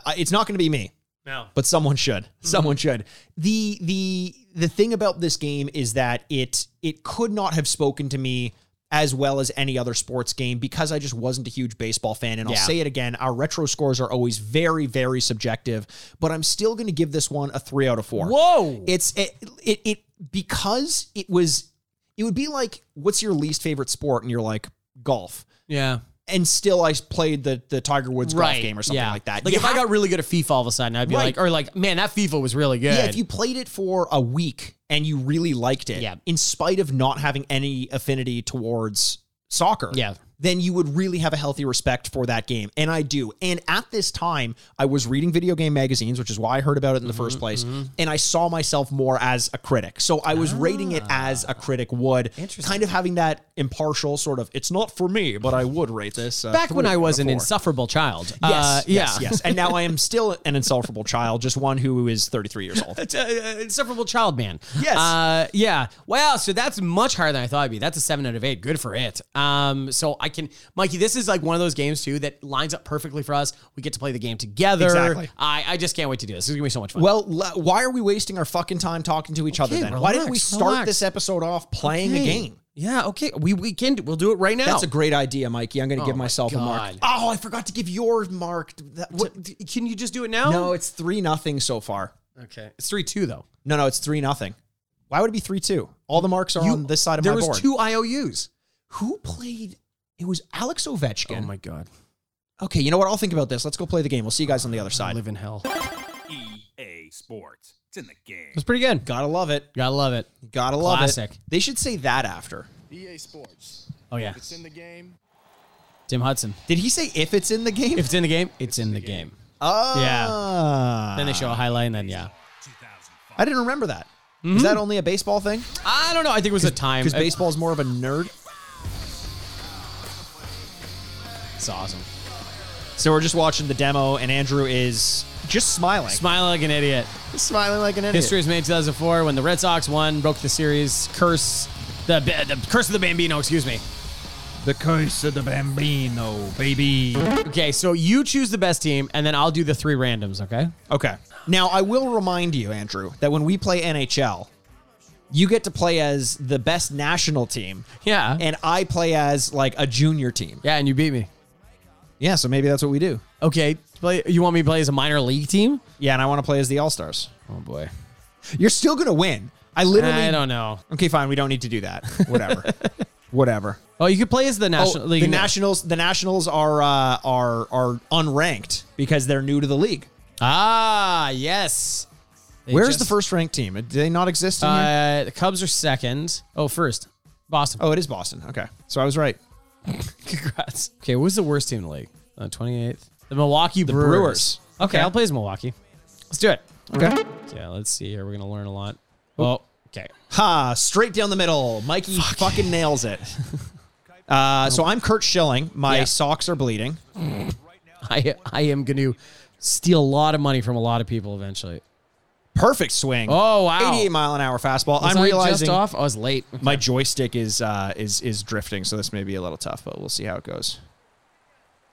I- it's not going to be me. no. Mm-hmm. but someone should. Someone should. The the the thing about this game is that it it could not have spoken to me as well as any other sports game because I just wasn't a huge baseball fan and I'll Yeah. say it again our retro scores are always very very subjective but I'm still going to give this one a 3 out of 4. Whoa. It's it, it it because it was it would be like what's your least favorite sport and you're like golf yeah. and still I played the the Tiger Woods golf game or something yeah. like that. Like You if I got really good at FIFA all of a sudden, I'd be Right. like, or like, man, that FIFA was really good. Yeah, if you played it for a week and you really liked it, Yeah. in spite of not having any affinity towards soccer, Yeah. then you would really have a healthy respect for that game. And I do. And at this time, I was reading video game magazines, which is why I heard about it in the Mm-hmm, first place. And I saw myself more as a critic. So I was rating it as Ah. a critic would, kind of having that impartial sort of, it's not for me, but I would rate this. uh, Back when three I was out of an four." insufferable child. Yes. Yes, yes, Uh, yeah. yes. And now I am still an insufferable child, just one who is 33 years old. It's a- a insufferable child man. Yes. Uh, yeah. Wow. So that's much higher than I thought it'd be. That's a seven out of eight. Good for it. Um. So I can, Mikey. This is like one of those games too that lines up perfectly for us. We get to play the game together. Exactly. I I just can't wait to do this. This is gonna be so much fun. Well, le- why are we wasting our fucking time talking to each other Okay, then? why didn't we relax, start relax. this episode off playing a Okay. game? Yeah. Okay. We we can. do- We'll do it right now. That's a great idea, Mikey. I'm going to give myself a mark. God. Oh, I forgot to give your mark. to- that- What, can you just do it now? no, it's three nothing so far. Okay. It's three two though. No, no, it's three nothing. Why would it be three two? All the marks are on this side of there my was board. two IOUs. Who played? It was Alex Ovechkin. Oh god. Oh Okay, you know what? I'll think about this. Let's go play the game. We'll see you guys on the other I side. live in hell. EA E Sports. It's in the game. It's pretty good. Gotta love it. Gotta love it. Gotta love Classic. it. They should say that after. EA E Sports. Oh yeah, It's in the game. Tim Hudson. Did he say if it's in the game? If it's in the game, it's in the Ah. game. oh, Then they show a highlight, and then yeah. 2005. I didn't remember that. Is Mm-hmm. that only a baseball thing? I don't know. I think it was a time. Because baseball is more of a nerd. It's awesome. So we're just watching the demo, and Andrew is just smiling, Smiling like an idiot. smiling like an idiot. History was made in 2004 when the Red Sox won, broke the series curse. The, the curse of the Bambino, excuse me. The curse of the Bambino, baby. Okay, so you choose the best team, and then I'll do the three randoms. Okay. Okay. Now I will remind you, Andrew, that when we play NHL, you get to play as the best national team, Yeah. and I play as like a junior team. yeah, and you beat me. Yeah, so maybe that's what we do. Okay. Play, you want me to play as a minor league team? Yeah, and I want to play as the All Stars. Oh boy. You're still gonna win. I literally I don't know. Okay, fine. We don't need to do that. Whatever. Whatever. Oh, you could play as the national Oh, league. the Nationals. The Nationals are uh, are are unranked because they're new to the league. Ah, yes. They Where's just- the first ranked team? Do they not exist? In here? Uh, the Cubs are second. Oh, first. Boston. Oh, it is Boston. Okay, so I was right. Congrats. Okay, what was the worst team in the league? Uh, 28th. The Milwaukee Brewers. Brewers. Okay, Okay. I'll play as Milwaukee. Let's do it. Okay. Yeah, let's see here. We're going to learn a lot. Oh, okay. Ha! Straight down the middle. Mikey fucking nails it. Uh, so I'm Kurt Schilling. My Yeah. socks are bleeding. I, I am going to steal a lot of money from a lot of people eventually. Perfect swing. Oh, wow. 88 mile an hour fastball. Was I'm I realizing Just off? I was late. my joystick is uh, is is drifting, so this may be a little tough, but we'll see how it goes.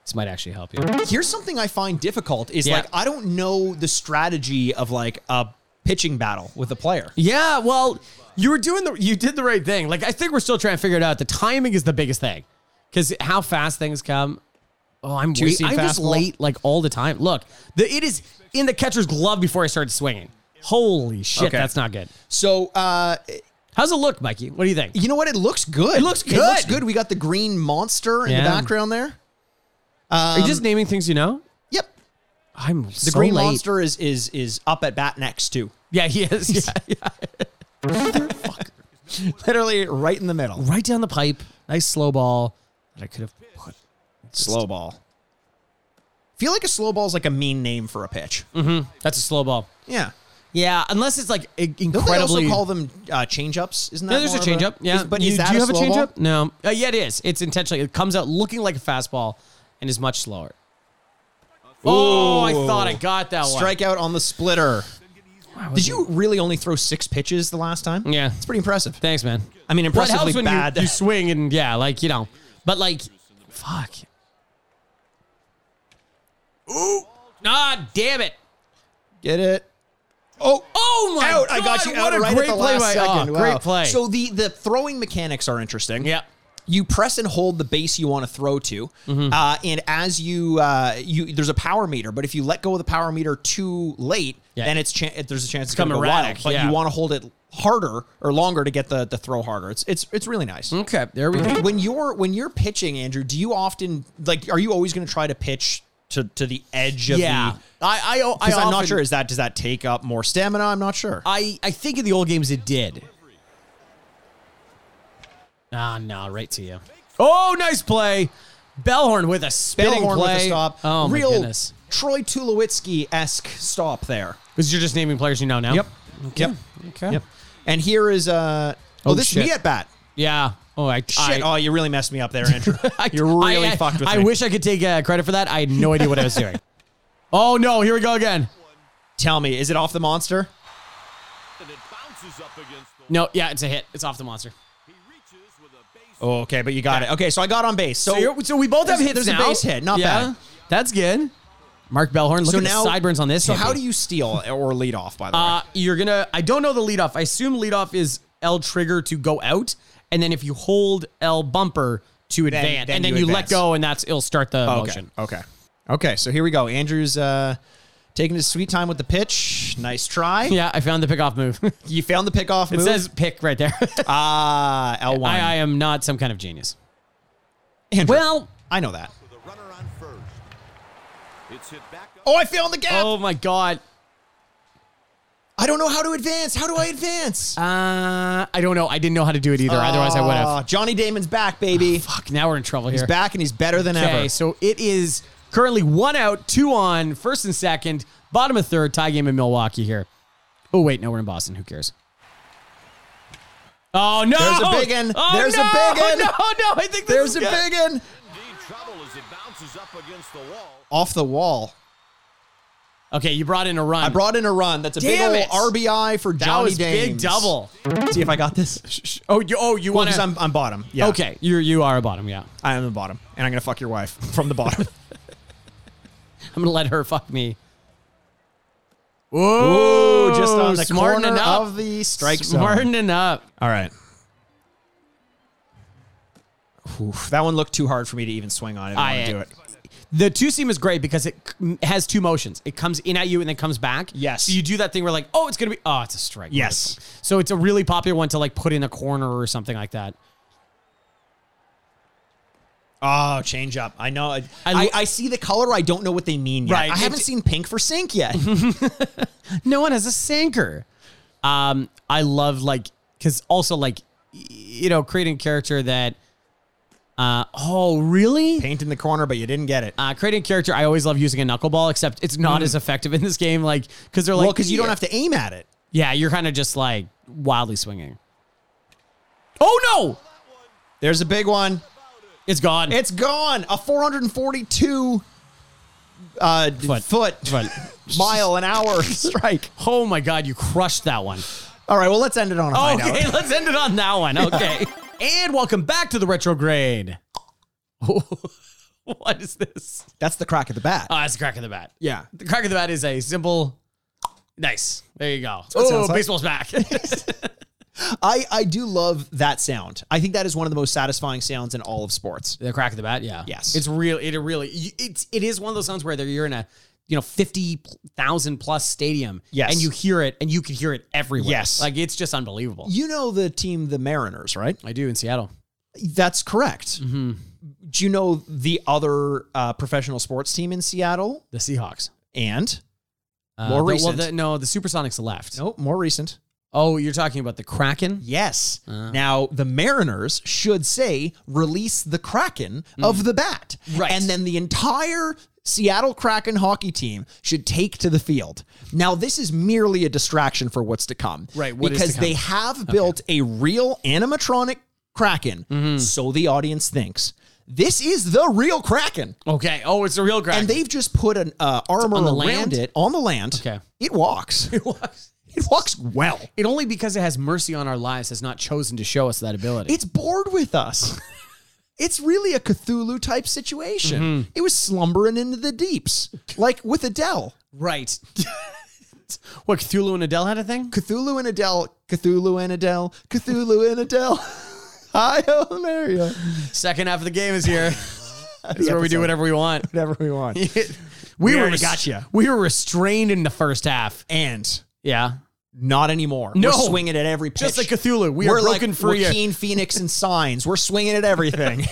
This might actually help you. Here's something I find difficult: is Yeah. like I don't know the strategy of like a pitching battle with a player. Yeah, well, you were doing the you did the right thing. Like I think we're still trying to figure it out. The timing is the biggest thing. Cuz how fast things come. Oh, I'm wait, Juicy I'm just fastball. late like all the time. Look, the it is in the catcher's glove before I started swinging. Holy shit, Okay. that's not good. So uh, How's it look, Mikey? What do you think? you know what? It looks good. It looks It looks good. good. We got the green monster in the Yeah. background there. Are you just naming things you know? Yep. I'm The green monster is is is up at bat next too. Yeah, he is. Yeah, yeah. Literally right in the middle. Right down the pipe. Nice slow ball. That I could have put. Slow ball. Feel like a slow ball is like a mean name for a pitch. Mm. That's a slow ball. Yeah. Yeah, unless it's like i- Don't they also incredibly call them uh, change ups? Isn't that Yeah, there's a more of changeup. Yeah, Is- but you, is that do you a have a slow ball? changeup? No. Uh, yeah, it is. It's intentionally. It comes out looking like a fastball and is much slower. Oh, I Ooh. thought I got that one. Strikeout on the splitter. Did you really only throw six pitches the last time? Yeah. It's pretty impressive. Thanks, man. I mean, What impressively helps when bad. you, you swing and yeah, like you know, but like, fuck. Ooh, ah, damn it. Get it? Oh, oh my out. God, I got you What out a right great at the play last by second. oh, Wow. Great play. So the the throwing mechanics are interesting. yeah. You press and hold the base you want to throw to, Mm-hmm. uh, and as you uh, you there's a power meter. But if you let go of the power meter too late, Yeah. then it's chan there's a chance it's Become going to go wild. erratic, But yeah. you want to hold it harder or longer to get the the throw harder. It's it's it's really nice. Okay, there we go. When you're when you're pitching, Andrew, do you often like are you always going to try to pitch to to the edge of Yeah, the? I I, I Because I'm not often- sure. Is that does that take up more stamina? I'm not sure. I, I think in the old games it did. Ah, no, right to you. Oh, nice play. Bellhorn with a spinning Bellhorn play. with a stop. Oh, Real my goodness. Troy Tulowitzki esque stop there. Because you're just naming players you know now. Yep. Okay. Yep. And here is uh oh, Oh, this shit. is me at bat. Yeah. Oh, I. Shit. I, oh, you really messed me up there, Andrew. I- you really I- uh, fucked with I me. wish I could take uh, credit for that. I had no idea what I was doing. Oh, no. Here we go again. Tell me, is it off the monster? And it bounces up against the No, yeah, it's a hit. It's off the monster. He reaches with a base. Oh, okay, but you got it. Okay, so I got on base. So So, you're, so we both have There's- hits there's a now. base hit, not bad. That's good. Mark Bellhorn, look so at now the sideburns on this. So how hippie. do you steal or lead off? By the Uh, way, you're gonna. I don't know the leadoff. I assume leadoff is L trigger to go out, and then if you hold L bumper to advance, then and then you you advance. let go, and that's it'll start the okay, motion. okay, okay. So here we go. Andrew's uh taking his sweet time with the pitch. Nice try. Yeah, I found the pickoff move. it You found the pickoff move. says pick right there. ah L one. I, I am not some kind of genius. Andrew, Well, I know that. The runner on first. It's hit back up. Oh, I found the gap. Oh my god. I don't know how to advance. How do I advance? Uh, I don't know. I didn't know how to do it either. Otherwise, I would Ah, have. Johnny Damon's back, baby. Fuck. Now we're in trouble here. He's back and he's better than Okay, ever. so it is currently one out, two on, first and second, bottom of third, tie game in Milwaukee here. Oh wait, no, we're in Boston. Who cares? Oh no! There's a big un. Oh, There's a no! big un. No, no, I think this There's is a good. big one Indeed, trouble as it bounces up against the wall. off the wall. Okay, you brought in a run. I brought in a run. That's a Damn big it. old RBI for that Johnny was Dames. big double. See if I got this. Oh, you, oh, you Well, want because to? I'm, I'm bottom. Yeah. Okay, you you are a bottom. Yeah, I am the bottom, and I'm gonna fuck your wife from the bottom. I'm gonna let her fuck me. Ooh, just on Ooh, the smartening corner up. of the strike zone. Smartening up. All right. Oof, that one looked too hard for me to even swing on. I I- didn't want to do it. The two seam is great because it c- has two motions. It comes in at you and then comes back. Yes. So you do that thing where like, oh, it's gonna be, oh, it's a strike. Yes. So it's a really popular one to like put in a corner or something like that. Oh, change up. I know. I, lo- I, I see the color. I don't know what they mean yet. Right. I haven't It's- seen pink for sink yet. No one has a sinker. Um, I love like because also like y- you know creating a character that. Uh, oh, really? Paint in the corner, but you didn't get it. Uh, creating a character, I always love using a knuckleball, except it's not as effective in this game. Like, because they're like, Mm. well, because you don't have to aim at it. Yeah, you're kind of just like wildly swinging. Oh no, There's a big one. it's gone. It's gone. A 442 uh, foot, Foot. But- mile an hour strike. oh my god, you crushed that one. All right. Well, let's end it on a high note. Oh, Okay, let's end it on that one. Okay, and welcome back to the retrograde. what is this? That's the crack of the bat. Oh, that's the crack of the bat. yeah. The crack of the bat is a simple. Nice. There you go. what it Oh, sounds like. baseball's back. I, I do love that sound. I think that is one of the most satisfying sounds in all of sports. The crack of the bat, yeah. Yes. It's real it really it's it is one of those sounds where you're in a you know 50,000 plus stadium Yes. and you hear it and you can hear it everywhere. Yes. Like it's just unbelievable. You know the team, the Mariners, right? I do in Seattle. That's correct. Mm-hmm. Do you know the other uh, professional sports team in Seattle? The Seahawks. And Uh, More the- recent. Well, the, no, the Supersonics left. nope, more recent. Oh, you're talking about the Kraken? Yes. Uh. Now the Mariners should say release the Kraken of the bat. Mm. Right. And then the entire Seattle Kraken hockey team should take to the field. Now this is merely a distraction for what's to come. Right, what is because to come? they have built a real animatronic Kraken, Mm-hmm. so the audience thinks. This is the real Kraken. Okay. Oh, it's the real Kraken. And they've just put an uh, armor on the around land? it on the land. Okay. It walks. It walks. walks well. it only because it has mercy on our lives has not chosen to show us that ability. It's bored with us. it's really a Cthulhu type situation. Mm-hmm. It was slumbering into the deeps, like with Adele. right. what Cthulhu and Adele had a thing? Cthulhu and Adele, Cthulhu and Adele, Cthulhu and Adele. Hi, Mario. Second half of the game is here. That's where we do whatever we want. Whatever we want. we, We were already got ya. We were restrained in the first half. And Yeah. not anymore. No. We're swinging at every pitch. Just like Cthulhu, we We're are broken like free. Joaquin Phoenix and Signs. We're swinging at everything.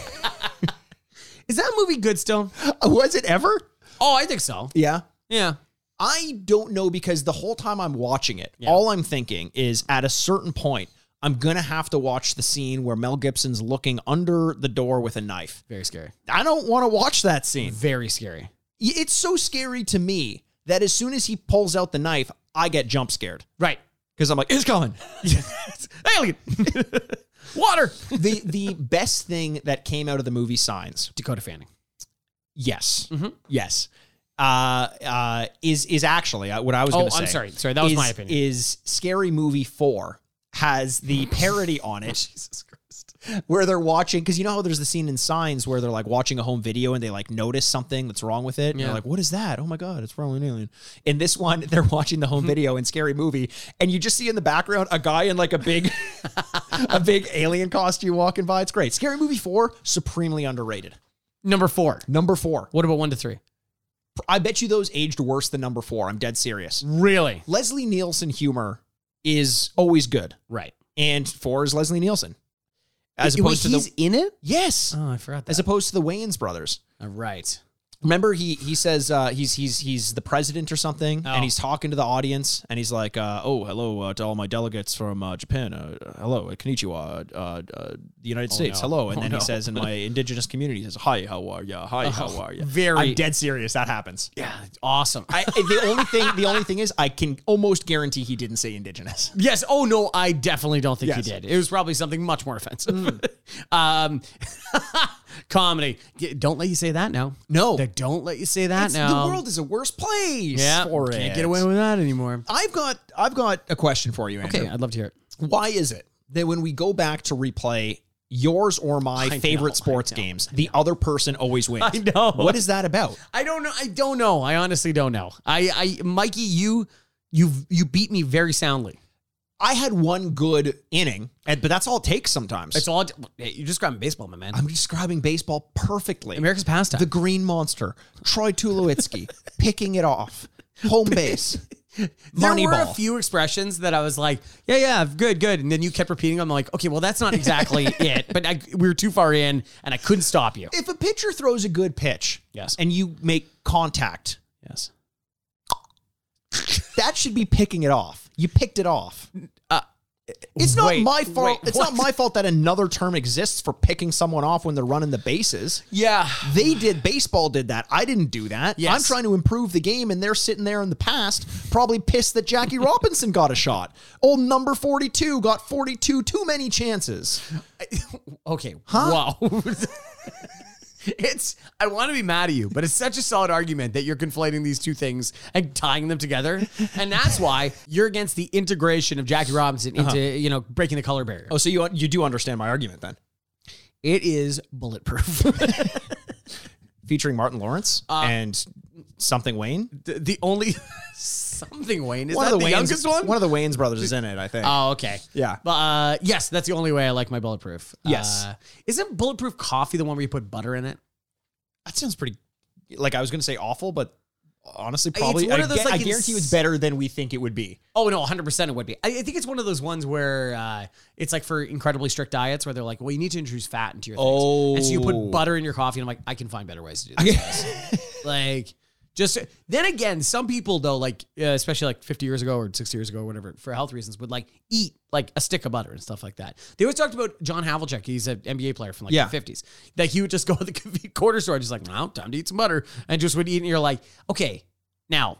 Is that movie good still? Was it ever? Oh, I think so. Yeah. Yeah. I don't know because the whole time I'm watching it, all I'm thinking is at a certain point, I'm going to have to watch the scene where Mel Gibson's looking under the door with a knife. Very scary. I don't want to watch that scene. Very scary. Y- It's so scary to me that as soon as he pulls out the knife, I get jump scared Right. because I'm like, it's coming. Alien. Water. the the best thing that came out of the movie Signs Dakota Fanning. Yes. Mm-hmm. Yes. Uh, uh, is is actually uh, what I was Oh, going to say. I'm sorry. Sorry, that was is- my opinion. Is Scary Movie Four has the parody on it? Jesus Christ! Where they're watching because you know how there's the scene in Signs where they're like watching a home video and they like notice something that's wrong with it. And Yeah. They're like, "What is that? Oh my god, it's probably an alien." In this one, they're watching the Hmm. home video in Scary Movie, and you just see in the background a guy in like a big, a big alien costume walking by. It's great. Scary Movie Four supremely underrated. Number four. Number four. What about one to three? I bet you those aged worse than number four. I'm dead serious. Really? Leslie Nielsen humor is always good, Right. and four is Leslie Nielsen. As Wait, opposed to he's the in it? yes, Oh, I forgot that. as opposed to the Wayans brothers, All right. Remember, he he says uh, he's he's he's the president or something, Oh. and he's talking to the audience, and he's like, uh, "Oh, hello uh, to all my delegates from uh, Japan. Uh, hello, uh, Konnichiwa, uh, uh, the United States. no. Hello." And Oh, then no. Uh-huh. he says, "In my indigenous community, he says, hi, how are ya? Hi, how are ya?' very- I'm dead serious. That happens. Yeah. Awesome. I, the only thing the only thing is, I can almost guarantee he didn't say indigenous. Yes. Oh no, I definitely don't think Yes. Hmm. he did. It was probably something much more offensive. um, comedy. Yeah, Don't let you say that now. No. They don't let you say that It's- now. The world is a worse place yeah, for it. can't get away with that anymore. I've got I've got a question for you, Andrew. Okay, I'd love to hear it. Why is it that when we go back to replay yours or my know, favorite I sports know, games, the other person always wins? I know. What is that about? I don't know. I don't know. I honestly don't know. I, I, Mikey, you, you, you beat me very soundly. I had one good inning, and but that's all it takes sometimes. It's all you just grabbing baseball, my man. I'm describing baseball perfectly. America's pastime. the Green Monster, Troy Tulowitzki picking it off, home base, there were Moneyball. a few expressions that I was like, yeah, yeah, good, good, and then you kept repeating them. I'm like, okay, well, that's not exactly it. But I, we were too far in, and I couldn't stop you. if a pitcher throws a good pitch, Yes. and you make contact, Yes. that should be picking it off. You picked it off. it's not wait, my fault. wait, it's not what? my fault that another term exists for picking someone off when they're running the bases. Yeah. They did baseball did that. I didn't do that. Yes. I'm trying to improve the game and they're sitting there in the past probably pissed that Jackie Robinson got a shot. Old number 42 got 42 too many chances. Okay. Wow. it's. I want to be mad at you, but it's such a solid argument that you're conflating these two things and tying them together, and that's why you're against the integration of Jackie Robinson Uh-huh. into you know breaking the color barrier. Oh, so you you do understand my argument then. It is bulletproof. Featuring Martin Lawrence and something Wayne. the, the only something Wayne is One Uh, that of the, the, Wayans, youngest one. of the Wayne's brothers is in it, I think. Oh, okay. Yeah. But uh, yes, that's the only way I like my bulletproof. Yes. Uh, isn't bulletproof coffee the one where you put butter in it? That sounds pretty. Like I was gonna say awful, but honestly, It's probably one I, of those, gue- like, I ins- guarantee you it's better than we think it would be. Oh no, 100% it would be. I, I think it's one of those ones where uh, it's like for incredibly strict diets where they're like, well, you need to introduce fat into your things. And so you Oh. put butter in your coffee, and I'm like, I can find better ways to do this. like, just then again, some people though, like uh, especially like 50 years ago or 60 years ago or whatever, for health reasons, would like eat like a stick of butter and stuff like that. They always talked about John Havlicek. He's an NBA player from like Yeah. the 50s. That he would just go to the conven- corner store, and just like, now time to eat some butter, and just would eat. And you're like, okay, now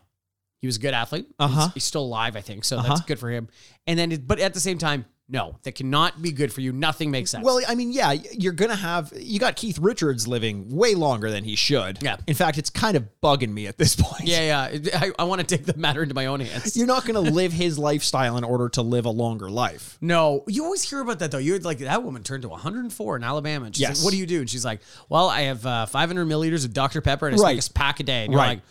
he was a good athlete. Uh-huh. He's, he's still alive, I think. So Uh-huh. that's good for him. And then, it, but at the same time, no, that cannot be good for you. Nothing makes sense. Well, I mean, yeah, y- you're gonna have you got Keith Richards living way longer than he should. Yeah. In fact, it's kind of bugging me at this point. yeah, yeah. I, I want to take the matter into my own hands. You're not gonna live his lifestyle in order to live a longer life. No, you always hear about that though. You're like that woman turned to 104 in Alabama. And she's Yes. like, "What do you do?" And she's like, "Well, I have uh, 500 milliliters of Dr Pepper and I smoke Right. this pack a day." And you're Right. like,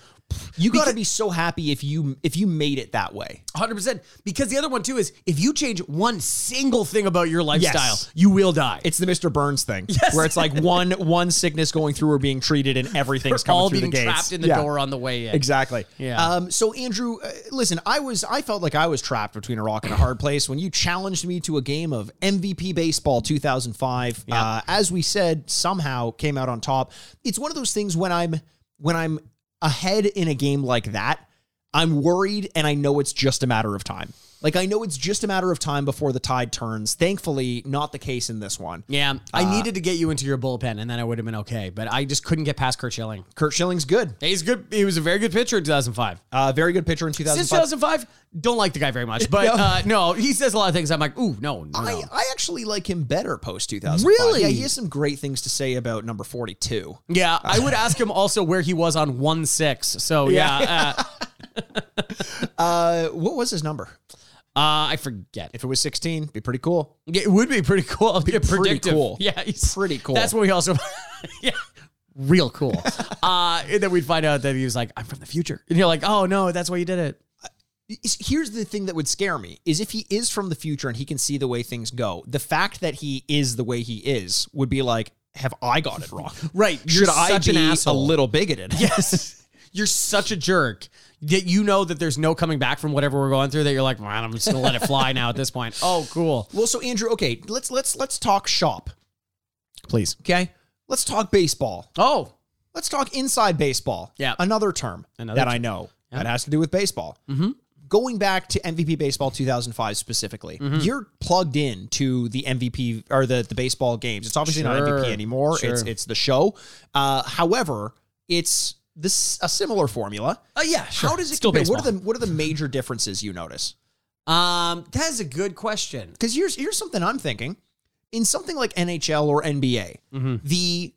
You gotta be so happy if you if you made it that way. 100. percent Because the other one too is if you change one single thing about your lifestyle, Yes. you will die. It's the Mr. Burns thing, where it's like one one sickness going through or being treated, and everything's coming all through being the gates. trapped in the Yeah. door on the way in. Exactly. Yeah. Um, so Andrew, uh, listen, I was I felt like I was trapped between a rock and a hard place when you challenged me to a game of MVP baseball 2005. Uh, as we said, somehow came out on top. It's one of those things when I'm when I'm ahead in a game like that, I'm worried, and I know it's just a matter of time. Like I know it's just a matter of time before the tide turns. Thankfully, not the case in this one. Yeah, uh, I needed to get you into your bullpen, and then I would have been okay. But I just couldn't get past Kurt Schilling. Kurt Schilling's good. He's good. He was a very good pitcher in 2005. Uh, very good pitcher in Since 2005. 2005, don't like the guy very much. But No. uh, no, he says a lot of things. I'm like, ooh, no, no, I, no. I actually like him better post 2005. Really? Yeah, he has some great things to say about number 42. Yeah, I would ask him also where he was on one six. So yeah, uh, Uh, what was his number? uh, I forget. If it was 16, be pretty cool. It would be pretty cool. Be pretty predictive. cool. Yeah, he's Pretty cool. That's when we also, yeah, real cool. uh, and then we'd find out that he was like, I'm from the future, and you're like, oh no, that's why you did it. Is- Here's the thing that would scare me is if he is from the future and he can see the way things go, the fact that he is the way he is would be like, have I got it wrong? Right, you're Should I such be an a asshole. little bigoted? Yes. You're such a jerk that you know that there's no coming back from whatever we're going through that you're like, man, I'm just gonna let it fly now at this point. Oh, cool. Well, so Andrew, okay, let's let's let's talk shop. Please. Okay. Let's talk baseball. Oh, Let's talk inside baseball. Yeah. Another term Another that Mm-hmm. term. I know that has to do with baseball. Going back to MVP Baseball 2005 specifically, Mm-hmm. you're plugged in to the MVP or the, the baseball games. It's obviously not Sure. MVP anymore. It's Sure. it's the show. Uh, however, it's this a similar formula. Oh yeah, sure. How does it Still compare? baseball. What are the what are the major differences you notice? Um, that is a good question. Because here's here's something I'm thinking. In something like NHL or NBA, the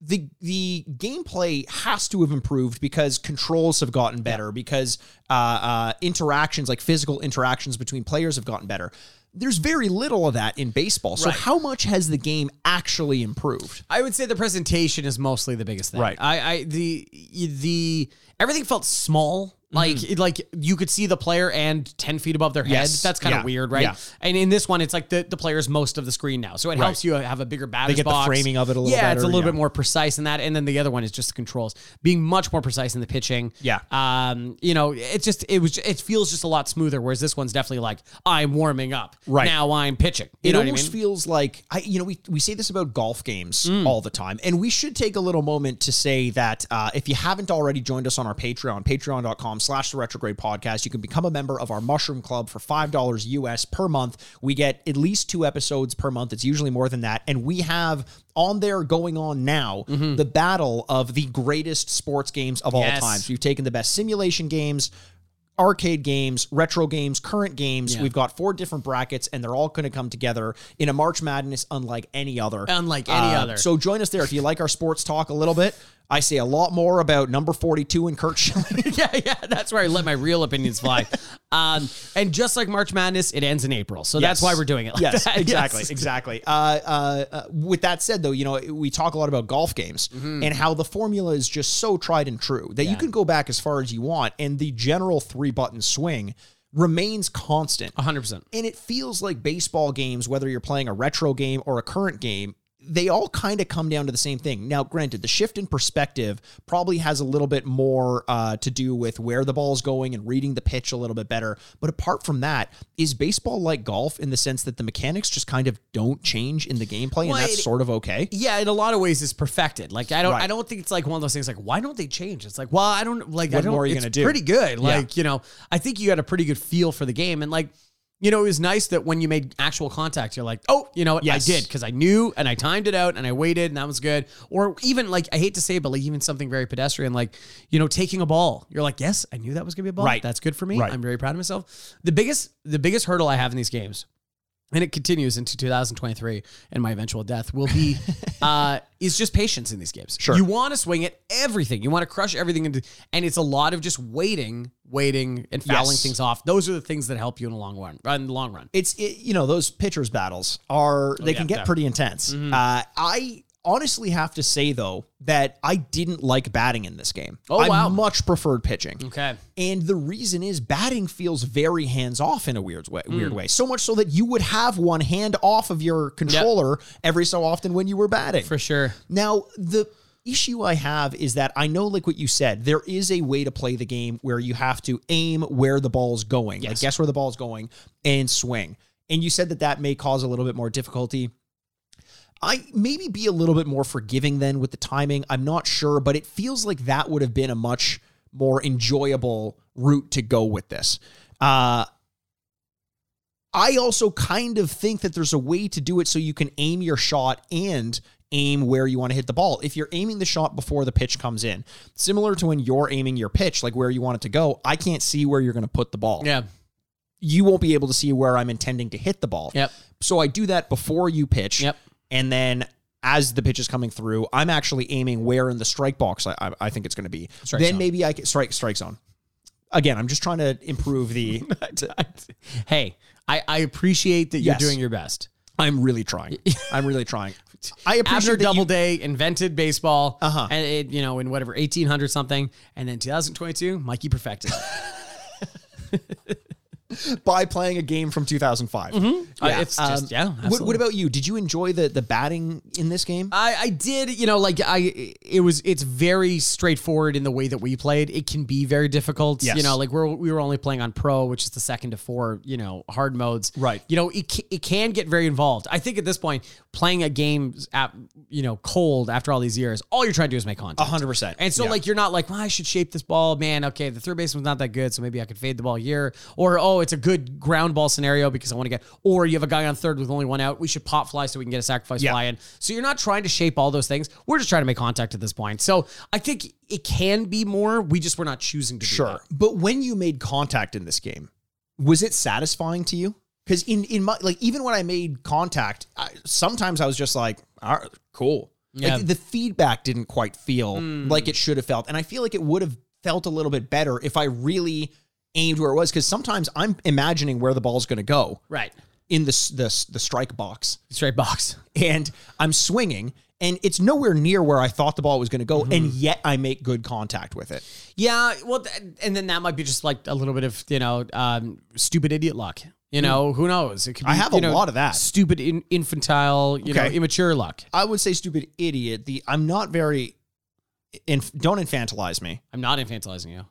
the the gameplay has to have improved because controls have gotten better, because uh, uh, interactions like physical interactions between players have gotten better. There's very little of that in baseball. So Right. how much has the game actually improved? I would say the presentation is mostly the biggest thing. Right. I, I the the everything felt small. Mm-hmm. Like it- like you could see the player and ten feet above their head. Yes. That's kind of Yeah. weird, right? Yeah. And in this one, it's like the, the player's most of the screen now, so it helps you have a bigger batter's get the box. framing of it a little Yeah, it's a better, little yeah. bit more precise in that. And then the other one is just the controls being much more precise in the pitching. Yeah. Um. You know, it just it was it feels just a lot smoother. Whereas this one's definitely like I'm warming up. Right. now, I'm pitching. You it know what I almost mean? Mm. feels like I, you know, we we say this about golf games all the time, and we should take a little moment to say that uh, if you haven't already joined us on our Patreon, Patreon.com/slash The Retrograde Podcast, you can become a member of our Mushroom Club for five dollars US per month. We get at least two episodes per month. It's usually more than that, and we have on there going on now the battle of the greatest sports games of all Mm-hmm. Yes. time. So you've taken the best simulation games arcade games, retro games, current games. We've got four different brackets, and they're all going to come together in a March Madness unlike any other. Uh, Unlike any other. So join us there if you like our sports talk a little bit. I say a lot more about number 42 and Kurt Schilling. yeah, yeah. That's where I let my real opinions fly. um, and just like March Madness, it ends in April, so Yes. that's why we're doing it. Like yes, that. exactly, Yes. exactly. Uh, uh, uh, with that said, though, you know we talk a lot about golf games Mm-hmm. and how the formula is just so tried and true that you can go back as far as you want, and the general three button swing remains constant. 100%. And it feels like baseball games, whether you're playing a retro game or a current game, they all kind of come down to the same thing. Now, granted, the shift in perspective probably has a little bit more uh, to do with where the ball's going and reading the pitch a little bit better. But apart from that, is baseball like golf in the sense that the mechanics just kind of don't change in the gameplay, Well, and that's it- sort of okay? Yeah, in a lot of ways, it's perfected. Like I don't, Right. I don't think it's like one of those things. Like why don't they change? It's like, well, I don't like. I What don't, more are you it's gonna do? Pretty good. Yeah. Like you know, I think you had a pretty good feel for the game, and like. You know, it was nice that when you made actual contact, you're like, oh, you know what? Yes. I did because I knew and I timed it out and I waited and that was good. Or even like, I hate to say, it, but like, even something very pedestrian, like, you know, taking a ball. You're like, yes, I knew that was going to be a ball. Right. That's good for me. Right. I'm very proud of myself. The biggest, the biggest hurdle I have in these games and it continues into 2023 and my eventual death will be uh is just patience in these games Sure. you want to swing at everything you want to crush everything into and it's a lot of just waiting waiting and fouling Yes. things off those are the things that help you in the long run in the long run it's it, you know those pitchers battles Oh, are they can get pretty intense. Mm-hmm. Uh, I honestly have to say though that I didn't like batting in this game. Oh, I wow. much preferred pitching. okay And the reason is batting feels very hands off in a weird way. Mm. Weird way, so much so that you would have one hand off of your controller every so often when you were batting. for sure Now, the issue I have is that I know, like what you said, there is a way to play the game where you have to aim where the ball's going, like guess where the ball's going and swing. And you said that that may cause a little bit more difficulty. I maybe be a little bit more forgiving then with the timing. I'm not sure, but it feels like that would have been a much more enjoyable route to go with this. Uh, I also kind of think that there's a way to do it so you can aim your shot and aim where you want to hit the ball. If you're aiming the shot before the pitch comes in, similar to when you're aiming your pitch, like where you want it to go, I can't see where you're going to put the ball. yeah You won't be able to see where I'm intending to hit the ball. Yep. So I do that before you pitch. Yep. And then as the pitch is coming through, I'm actually aiming where in the strike box I, I, I think it's going to be. Strike then zone. maybe I can strike strike zone. Again, I'm just trying to improve the. hey i i appreciate that Yes. you're doing your best I'm really trying. I'm really trying. I Abner appreciate that you- Doubleday invented baseball, Uh-huh. and it, you know, in whatever 1800 something, and then 2022, Mikey perfected. it. by playing a game from 2005. Uh, it's just- yeah, Um, What, what absolutely. Uh, about you? Did you enjoy the the batting in this game? I, I did, you know, like I, it was, it's very straightforward in the way that we played. It can be very difficult, Yes. you know, like we're, we were only playing on pro, which is the second to four, you know, hard modes. Right. You know, it, ca- it can get very involved. I think at this point, playing a game at, you know, cold after all these years, all you're trying to do is make content. 100%. And so, Yeah. like, you're not like, well, I should shape this ball, man. Okay, the third baseman's not that good, so maybe I could fade the ball here. Or, oh, it's a good ground ball scenario because I want to get. Or you have a guy on third with only one out. We should pop fly so we can get a sacrifice Yeah. fly in. So you're not trying to shape all those things. We're just trying to make contact at this point. So I think it can be more. We just were not choosing to. Do Sure. that. But when you made contact in this game, was it satisfying to you? Because in in my like even when I made contact, I, sometimes I was just like, All right, cool. Yeah. Hmm. Like the feedback didn't quite feel like it should have felt, and I feel like it would have felt a little bit better if I really aimed where it was. Because sometimes I'm imagining where the ball's going to go Right. in the s- the s- the strike box, Straight box. and I'm swinging. And it's nowhere near where I thought the ball was going to go, Hmm. and yet I make good contact with it. Yeah, well, th- and then that might be just like a little bit of you know um, stupid idiot luck. You know, who knows? It could be, I have you a know, lot of that. stupid, in, infantile, you know, Okay. immature luck. I would say stupid idiot. The I'm not very. Inf- don't infantilize me. I'm not infantilizing you.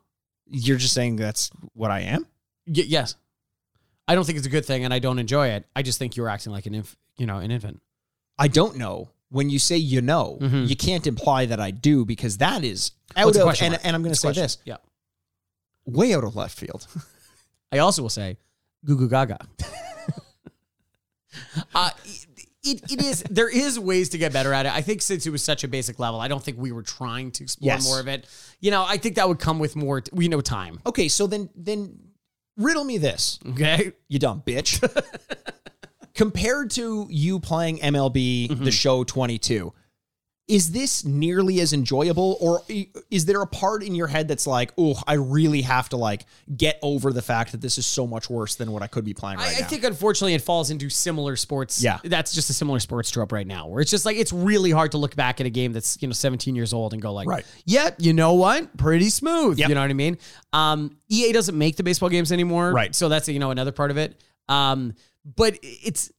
You're just saying that's what I am. Y- yes, I don't think it's a good thing, and I don't enjoy it. I just think you were acting like an inf- you know, an infant. I don't know. When you say you know, you can't imply that I do because that is out What's the of question and, mark? and I'm going to Mm-hmm. It's a say question. this Yeah, way out of left field. I also will say, goo goo gaga. uh, it, it is there is ways to get better at it. I think since it was such a basic level, I don't think we were trying to explore Yes. more of it. You know, I think that would come with more, t- you know, time. okay, so then then riddle me this, Okay. you dumb bitch. Compared to you playing MLB Mm-hmm. The Show 22, is this nearly as enjoyable or i- is there a part in your head that's like oh i really have to like get over the fact that this is so much worse than what i could be playing I, right I now think unfortunately it falls into similar sports. Yeah. That's just a similar sports trope right now where it's just like it's really hard to look back at a game that's, you know, 17 years old and go like, Right. yeah, you know what? Pretty smooth. Yep. You know what I mean? Um, EA doesn't make the baseball games anymore. Right. So that's, you know, another part of it. Um, but it's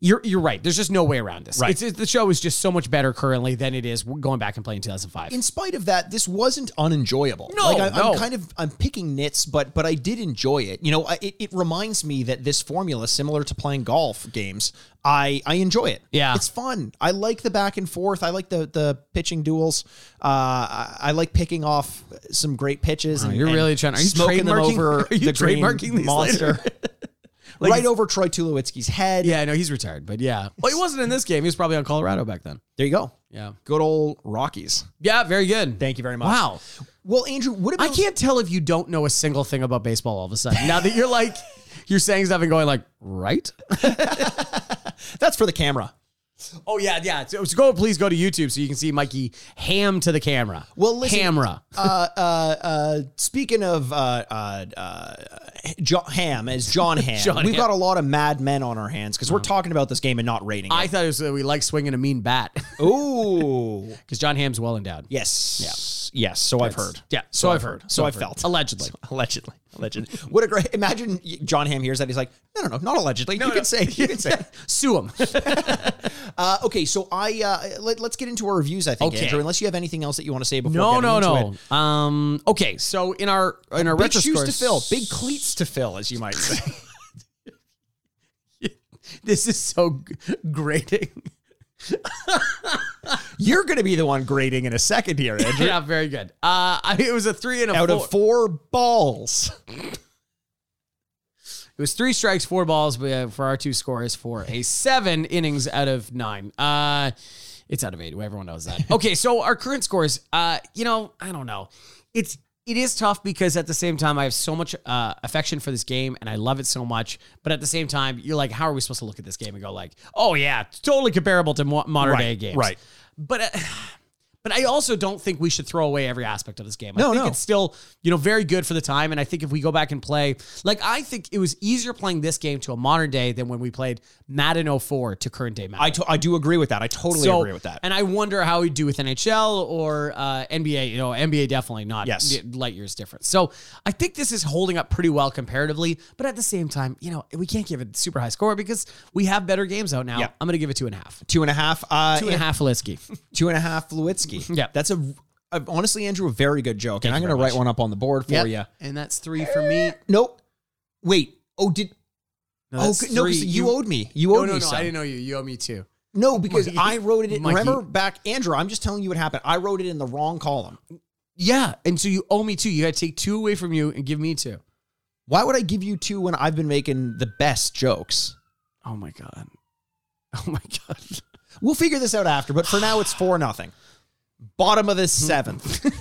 you're you're right. There's just no way around this. Right. It's, it's- the show is just so much better currently than it is going back and playing 2005. in spite of that this wasn't unenjoyable No, like I, i'm no. kind of i'm picking nits but but i did enjoy it you know I, it, it reminds me that this formula similar to playing golf games i i enjoy it Yeah. it's fun i like the back and forth i like the the pitching duels uh i, I like picking off some great pitches and you're and really trying- are you smoking them trademarking- over are you the green trademarking these monster Like right it's- over troy tulowitzki's head yeah, I know he's retired, but yeah. Well, he wasn't in this game. He was probably on Colorado back then. there you go Yeah. good old rockies Yeah, very good. thank you very much Wow. well andrew what I about can't tell if you don't know a single thing about baseball all of a sudden. Now that you're like, you're saying stuff and going like, right? that's for the camera Oh yeah, yeah. So, so go, please go to YouTube so you can see Mikey ham to the camera. Well, listen- camera. uh, uh, uh, speaking of uh, uh, uh, John Ham as John Ham, John we've Hamm. Mm. got a lot of mad men on our hands because we're talking about this game and not rating I it. thought it was that we like swinging a mean bat Ooh, because John Ham's well endowed. yes, yes. So I've heard. Yeah. So, I've heard. So I I've heard. felt allegedly. allegedly, allegedly. What a great! Imagine John Ham hears that he's like, no, no, no, not allegedly. you no. can say, you can say. Sue him. Uh, okay, so I uh, let, us get into our reviews. I think Okay. Andrew, unless you have anything else that you want to say before. no, getting no, into no. Um. Okay. So in our in our It. Big retro shoes to scores- fill, big cleats to fill, as you might say. This is so g- grating. You're going to be the one grading in a second here, Andrew. yeah, very good. Uh, I, it was a three and a out four. of four balls. It was three strikes, four balls but, uh, for our two scores for a seven innings out of nine. Uh, it's out of eight. Everyone knows that. Okay, so our current scores. Uh, you know, I don't know. It's it is tough because at the same time I have so much uh, affection for this game and I love it so much. But at the same time, you're like, how are we supposed to look at this game and go like, oh yeah, it's totally comparable to mo- modern Right, day games, right. But. Uh, But I also don't think we should throw away every aspect of this game. No, I think no. it's still, you know, very good for the time. And I think if we go back and play, like I think it was easier playing this game to a modern day than when we played Madden 04 to current day Madden. I, to- I do agree with that. I totally agree with that. And I wonder how we do with NHL or uh, NBA. You know, NBA definitely not Yes. y- light years different. So I think this is holding up pretty well comparatively. But at the same time, you know, we can't give it super high score because we have better games out now. Yeah. I'm going to give it two and a half. two and a half. Uh, Two and a half Litsky. Two and a half Lewitsky. Yeah. That's a, a- honestly, Andrew, a very good joke. and I'm going to write one up on the board for you. And that's three for me. Nope. Wait. Oh, did. oh, that's good- no, 'cause three. you, You- owed me. You No, owed no, me no. some. I didn't know you. You owe me two. No, because Mikey. I wrote it. In, Mikey. remember back, Andrew, I'm just telling you what happened. I wrote it in the wrong column. Yeah. And so you owe me two. You got to take two away from you and give me two. Why would I give you two when I've been making the best jokes? Oh, my God. Oh, my God. We'll figure this out after, but for now it's four nothing. Bottom of the Mm-hmm. seventh.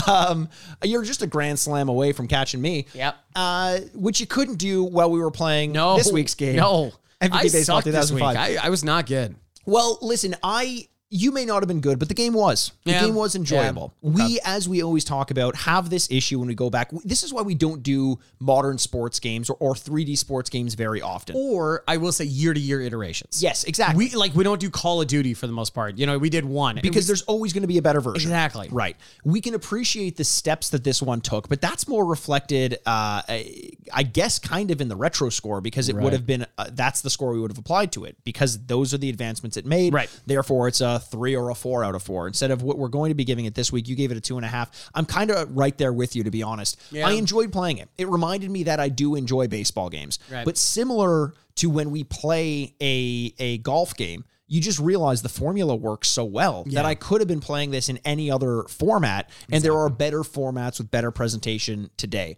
um, you're just a grand slam away from catching me. Yep. Uh, which you couldn't do while we were playing No. this week's game. No. MVP I Baseball sucked this week. 2005. I, I was not good. Well, listen, I you may not have been good, but the game was. The Yeah. game was enjoyable. Yeah. We, as we always talk about, have this issue when we go back. This is why we don't do modern sports games or, or 3D sports games very often. Or I will say year to year iterations. Yes, exactly. Oh. We like we don't do Call of Duty for the most part. You know, we did one And because we- there's always going to be a better version. Exactly. Right. We can appreciate the steps that this one took, but that's more reflected, uh, I I guess, kind of in the retro score because it would have been uh, that's the score we would have applied to it because those are the advancements it made. Right. Therefore, it's a three or a four out of four instead of what we're going to be giving it this week. You gave it a two and a half. I'm kind of right there with you, to be honest. I enjoyed playing it. It reminded me that I do enjoy baseball games, Right. but similar to when we play a a golf game. You just realize the formula works so well that I could have been playing this in any other format, and there are better formats with better presentation today.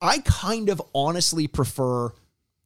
I kind of honestly prefer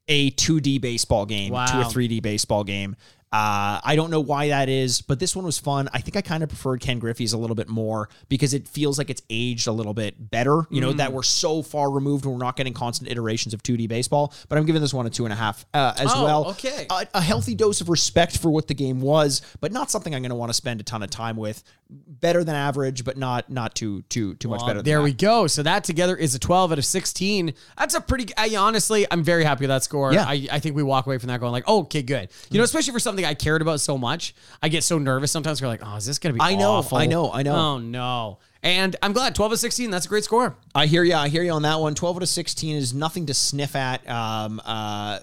a 2D baseball game to a Wow. 3D baseball game. Uh, I don't know why that is, but this one was fun. I think I kind of preferred Ken Griffey's a little bit more because it feels like it's aged a little bit better. You know Mm. that we're so far removed, and we're not getting constant iterations of 2D baseball. But I'm giving this one a two and a half uh, as Oh, well. okay. a, a healthy dose of respect for what the game was, but not something I'm going to want to spend a ton of time with. Better than average, but not not too too too much Well, better. Than there that. we go. So that together is a 12 out of 16. That's a pretty. I honestly, I'm very happy with that score. Yeah. Mm-hmm. I, I think we walk away from that going like, oh, okay, good. You know, especially for something I cared about so much, I get so nervous sometimes. We're like, oh, is this gonna be? I know, awful? I know, I know. Oh no. And I'm glad 12 of 16. That's a great score. I hear you. I hear you on that one. 12 out of 16 is nothing to sniff at. Um, uh,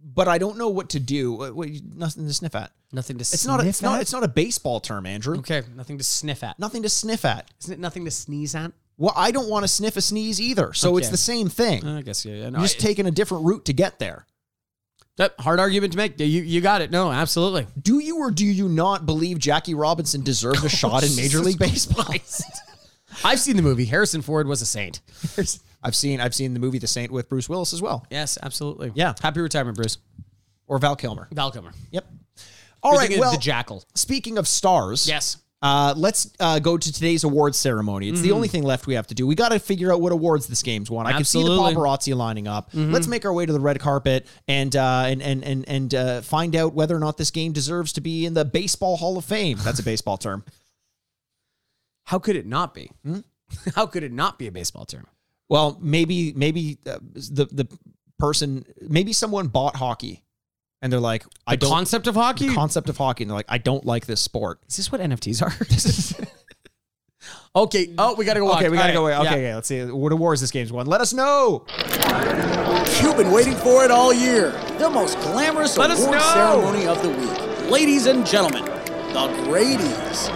but I don't know what to do. What, what, nothing to sniff at. Nothing to. It's not. It's not. It's not a baseball term, Andrew. okay. Nothing to sniff at. Nothing to sniff at. Isn't it nothing to sneeze at? Well, I don't want to sniff a sneeze either. So it's Okay. the same thing. I guess yeah. yeah no, You're just I- taking a different route to get there. Yep, hard argument to make. You you got it. No, absolutely. Do you or do you not believe Jackie Robinson deserved a shot in Major Jesus League Baseball? I've seen the movie. Harrison Ford was a saint. I've seen. I've seen the movie The Saint with Bruce Willis as well, Yes, absolutely. Yeah. Happy retirement, Bruce. or Val Kilmer. Val Kilmer. Yep. All right. thinking of Well, The Jackal. Speaking of stars, Yes. Uh, let's uh, go to today's awards ceremony. Mm-hmm. It's the only thing left we have to do. We got to figure out what awards this game's won. I can see the Absolutely. Mm-hmm. paparazzi lining up. Let's make our way to the red carpet and uh, and and and, and uh, find out whether or not this game deserves to be in the Baseball Hall of Fame. That's a baseball term. How could it not be? How could it not be a baseball term? Well, maybe maybe uh, the the person maybe someone bought hockey, and they're like, I The don't concept of hockey? concept of hockey, and they're like, I don't like this sport. Is this what NFTs are? okay. Oh, we got to go walk. Okay, we gotta go All away. right, Okay, yeah. okay, let's see what awards this game's won. Let us know. You've been waiting for it all year. The most glamorous Let us award know. ceremony of the week. Ladies and gentlemen, the Grady's.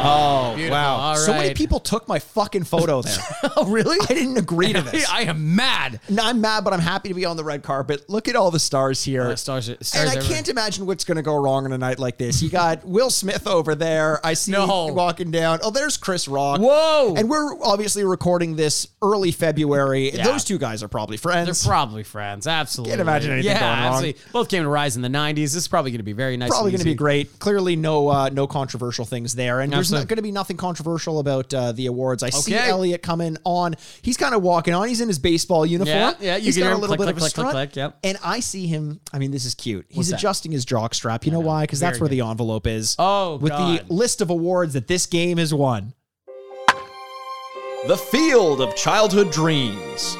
Oh, Beautiful. wow. All So many right. people took my fucking photo there. Oh, really? I didn't agree to this. I am mad. No, I'm mad, but I'm happy to be on the red carpet. Look at all the stars here. Uh, stars- stars and I everywhere. can't imagine what's going to go wrong on a night like this. You got Will Smith over there. I see No. walking down. Oh, there's Chris Rock. Whoa. And we're obviously recording this early February. Yeah. Those two guys are probably They're friends. probably friends. Absolutely. imagine anything yeah, going wrong. absolutely. Both came to Rise in the 90s. This is probably going to be very nice. probably going to be great. Clearly, no uh, no controversial things there. And there's person. not going to be nothing controversial about uh, the awards. I see Okay. Elliot coming on. He's kind of walking on. He's in his baseball uniform. Yeah, yeah, you He's can got hear a him little click, bit of a click, click, strut. click, yep. And I see him. I mean, this is cute. He's that? adjusting his jock strap. You know, why? Because that's Very where good. the envelope is. Oh, with God. the list of awards that this game has won. The Field of Childhood Dreams.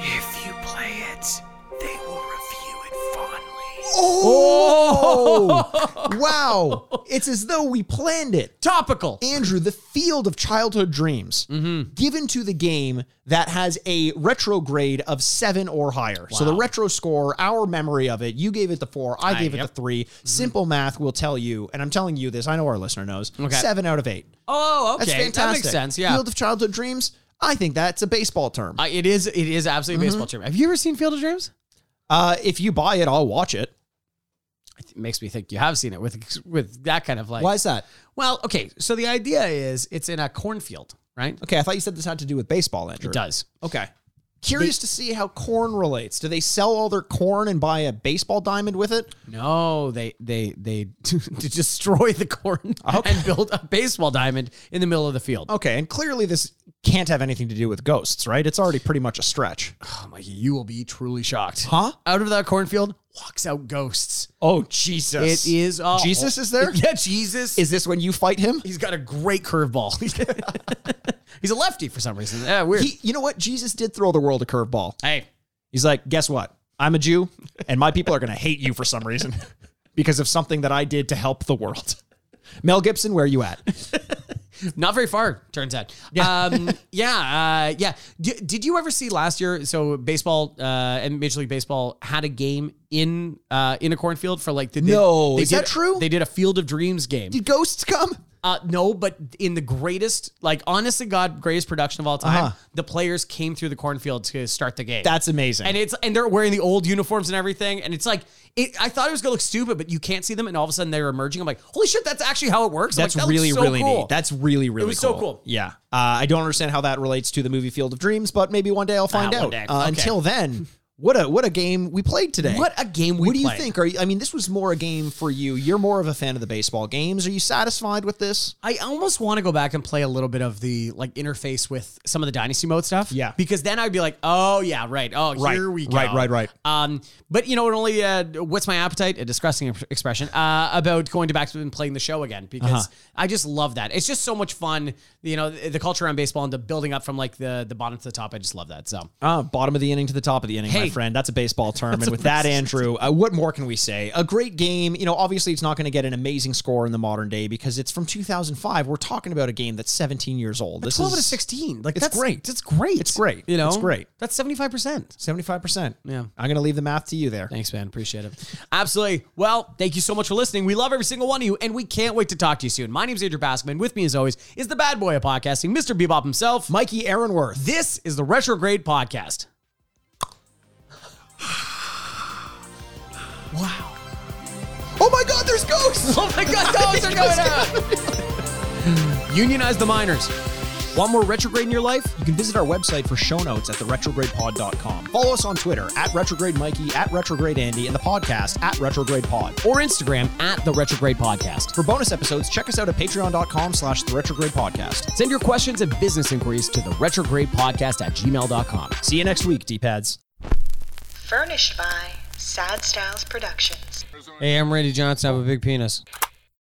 If you play it, they will review it fondly. Oh, wow! It's as though we planned it. Topical. Andrew, the field of childhood dreams Mm-hmm. given to the game that has a retro grade of seven or higher. So the retro score, our memory of it, you gave it the four, I gave it the 3 Mm-hmm. Simple math will tell you, and I'm telling you this, I know our listener knows, seven out of eight. Oh, okay. That's fantastic. That makes sense. Yeah. Field of childhood dreams, I think that's a baseball term. Uh, it is. It is absolutely a baseball term. Have you ever seen Field of Dreams? Uh, if you buy it, I'll watch it. It makes me think you have seen it with with that kind of like. Why is that? Well, okay. So the idea is it's in a cornfield, right? Okay, I thought you said this had to do with baseball, Andrew. It does. Okay. Curious to see how corn relates. Do they sell all their corn and buy a baseball diamond with it? No, they they they to destroy the corn and build a baseball diamond in the middle of the field. Okay, and clearly this can't have anything to do with ghosts, right? It's already pretty much a stretch. Oh, Mikey, you will be truly shocked. Huh? Out of that cornfield walks out ghosts. Oh, Jesus. It is uh, Jesus is there? Yeah, Jesus. Is this when you fight him? he's got a great curveball. he's a lefty for some reason. Yeah, weird. He, you know what? Jesus did throw the world a curveball. hey, He's like, guess what? I'm a Jew, and my people are going to hate you for some reason because of something that I did to help the world. Mel Gibson, where you at? Not very far, turns out. Yeah, um, yeah, uh, yeah. D- did you ever see last year? So baseball uh, and Major League Baseball had a game in uh, in a cornfield for like the they- No, They is did, that true? They did a Field of Dreams game. Did ghosts come? Uh, no, but in the greatest, like honest to god, greatest production of all time, Uh-huh. the players came through the cornfield to start the game. That's amazing. and it's and they're wearing the old uniforms and everything, and it's like it, I thought it was gonna look stupid, but you can't see them, and all of a sudden they're emerging. I'm like, holy shit, that's actually how it works. I'm That's like, that looks really, so really cool. neat. That's really, really was so cool. Yeah. Uh, I don't understand how that relates to the movie Field of Dreams, but maybe one day I'll find Ah, one out. day. Uh, Okay. Until then, what a what a game we played today. What a game we What do you played. think? Are you, I mean, this was more a game for you. You're more of a fan of the baseball games. Are you satisfied with this? I almost want to go back and play a little bit of the like interface with some of the dynasty mode stuff. Yeah. because then I'd be like, oh yeah, right. Oh, Right, here we go. right, right, right. Um, but you know, it only uh, what's my appetite? A disgusting ex- expression uh, about going to back to and playing the show again because Uh-huh. I just love that. It's just so much fun. You know, the, the culture around baseball and the building up from like the the bottom to the top. I just love that. So Uh, bottom of the inning to the top of the inning, my Hey. friend. That's a baseball term. And with that, Andrew, uh, what more can we say? A great game. You know, obviously, it's not going to get an amazing score in the modern day because it's from 2005. We're talking about a game that's 17 years old. This twelve is out of sixteen. Like it's that's great. That's great. It's great. You know, It's great. That's seventy five percent. 75%. Yeah. I'm going to leave the math to you there. Thanks, man. Appreciate it. Absolutely. Well, thank you so much for listening. We love every single one of you, and we can't wait to talk to you soon. My name's Andrew Baskman. With me, as always, is the bad boy of podcasting, Mr. Bebop himself. Mikey Aaronworth. This is the Retrograde Podcast. Oh my God, there's ghosts! Oh my God, dogs are going out. Unionize the miners. Want more retrograde in your life? You can visit our website for show notes at theretrogradepod.com. Follow us on Twitter at retrograde Mikey, at retrograde Andy, and the podcast at retrograde pod. Or Instagram at the Retrograde Podcast. For bonus episodes, check us out at patreon.com slash the retrograde podcast. Send your questions and business inquiries to the retrograde podcast at gmail.com. See you next week, D-pads. Furnished by Sad Styles Productions. Hey, I'm Randy Johnson. I have a big penis.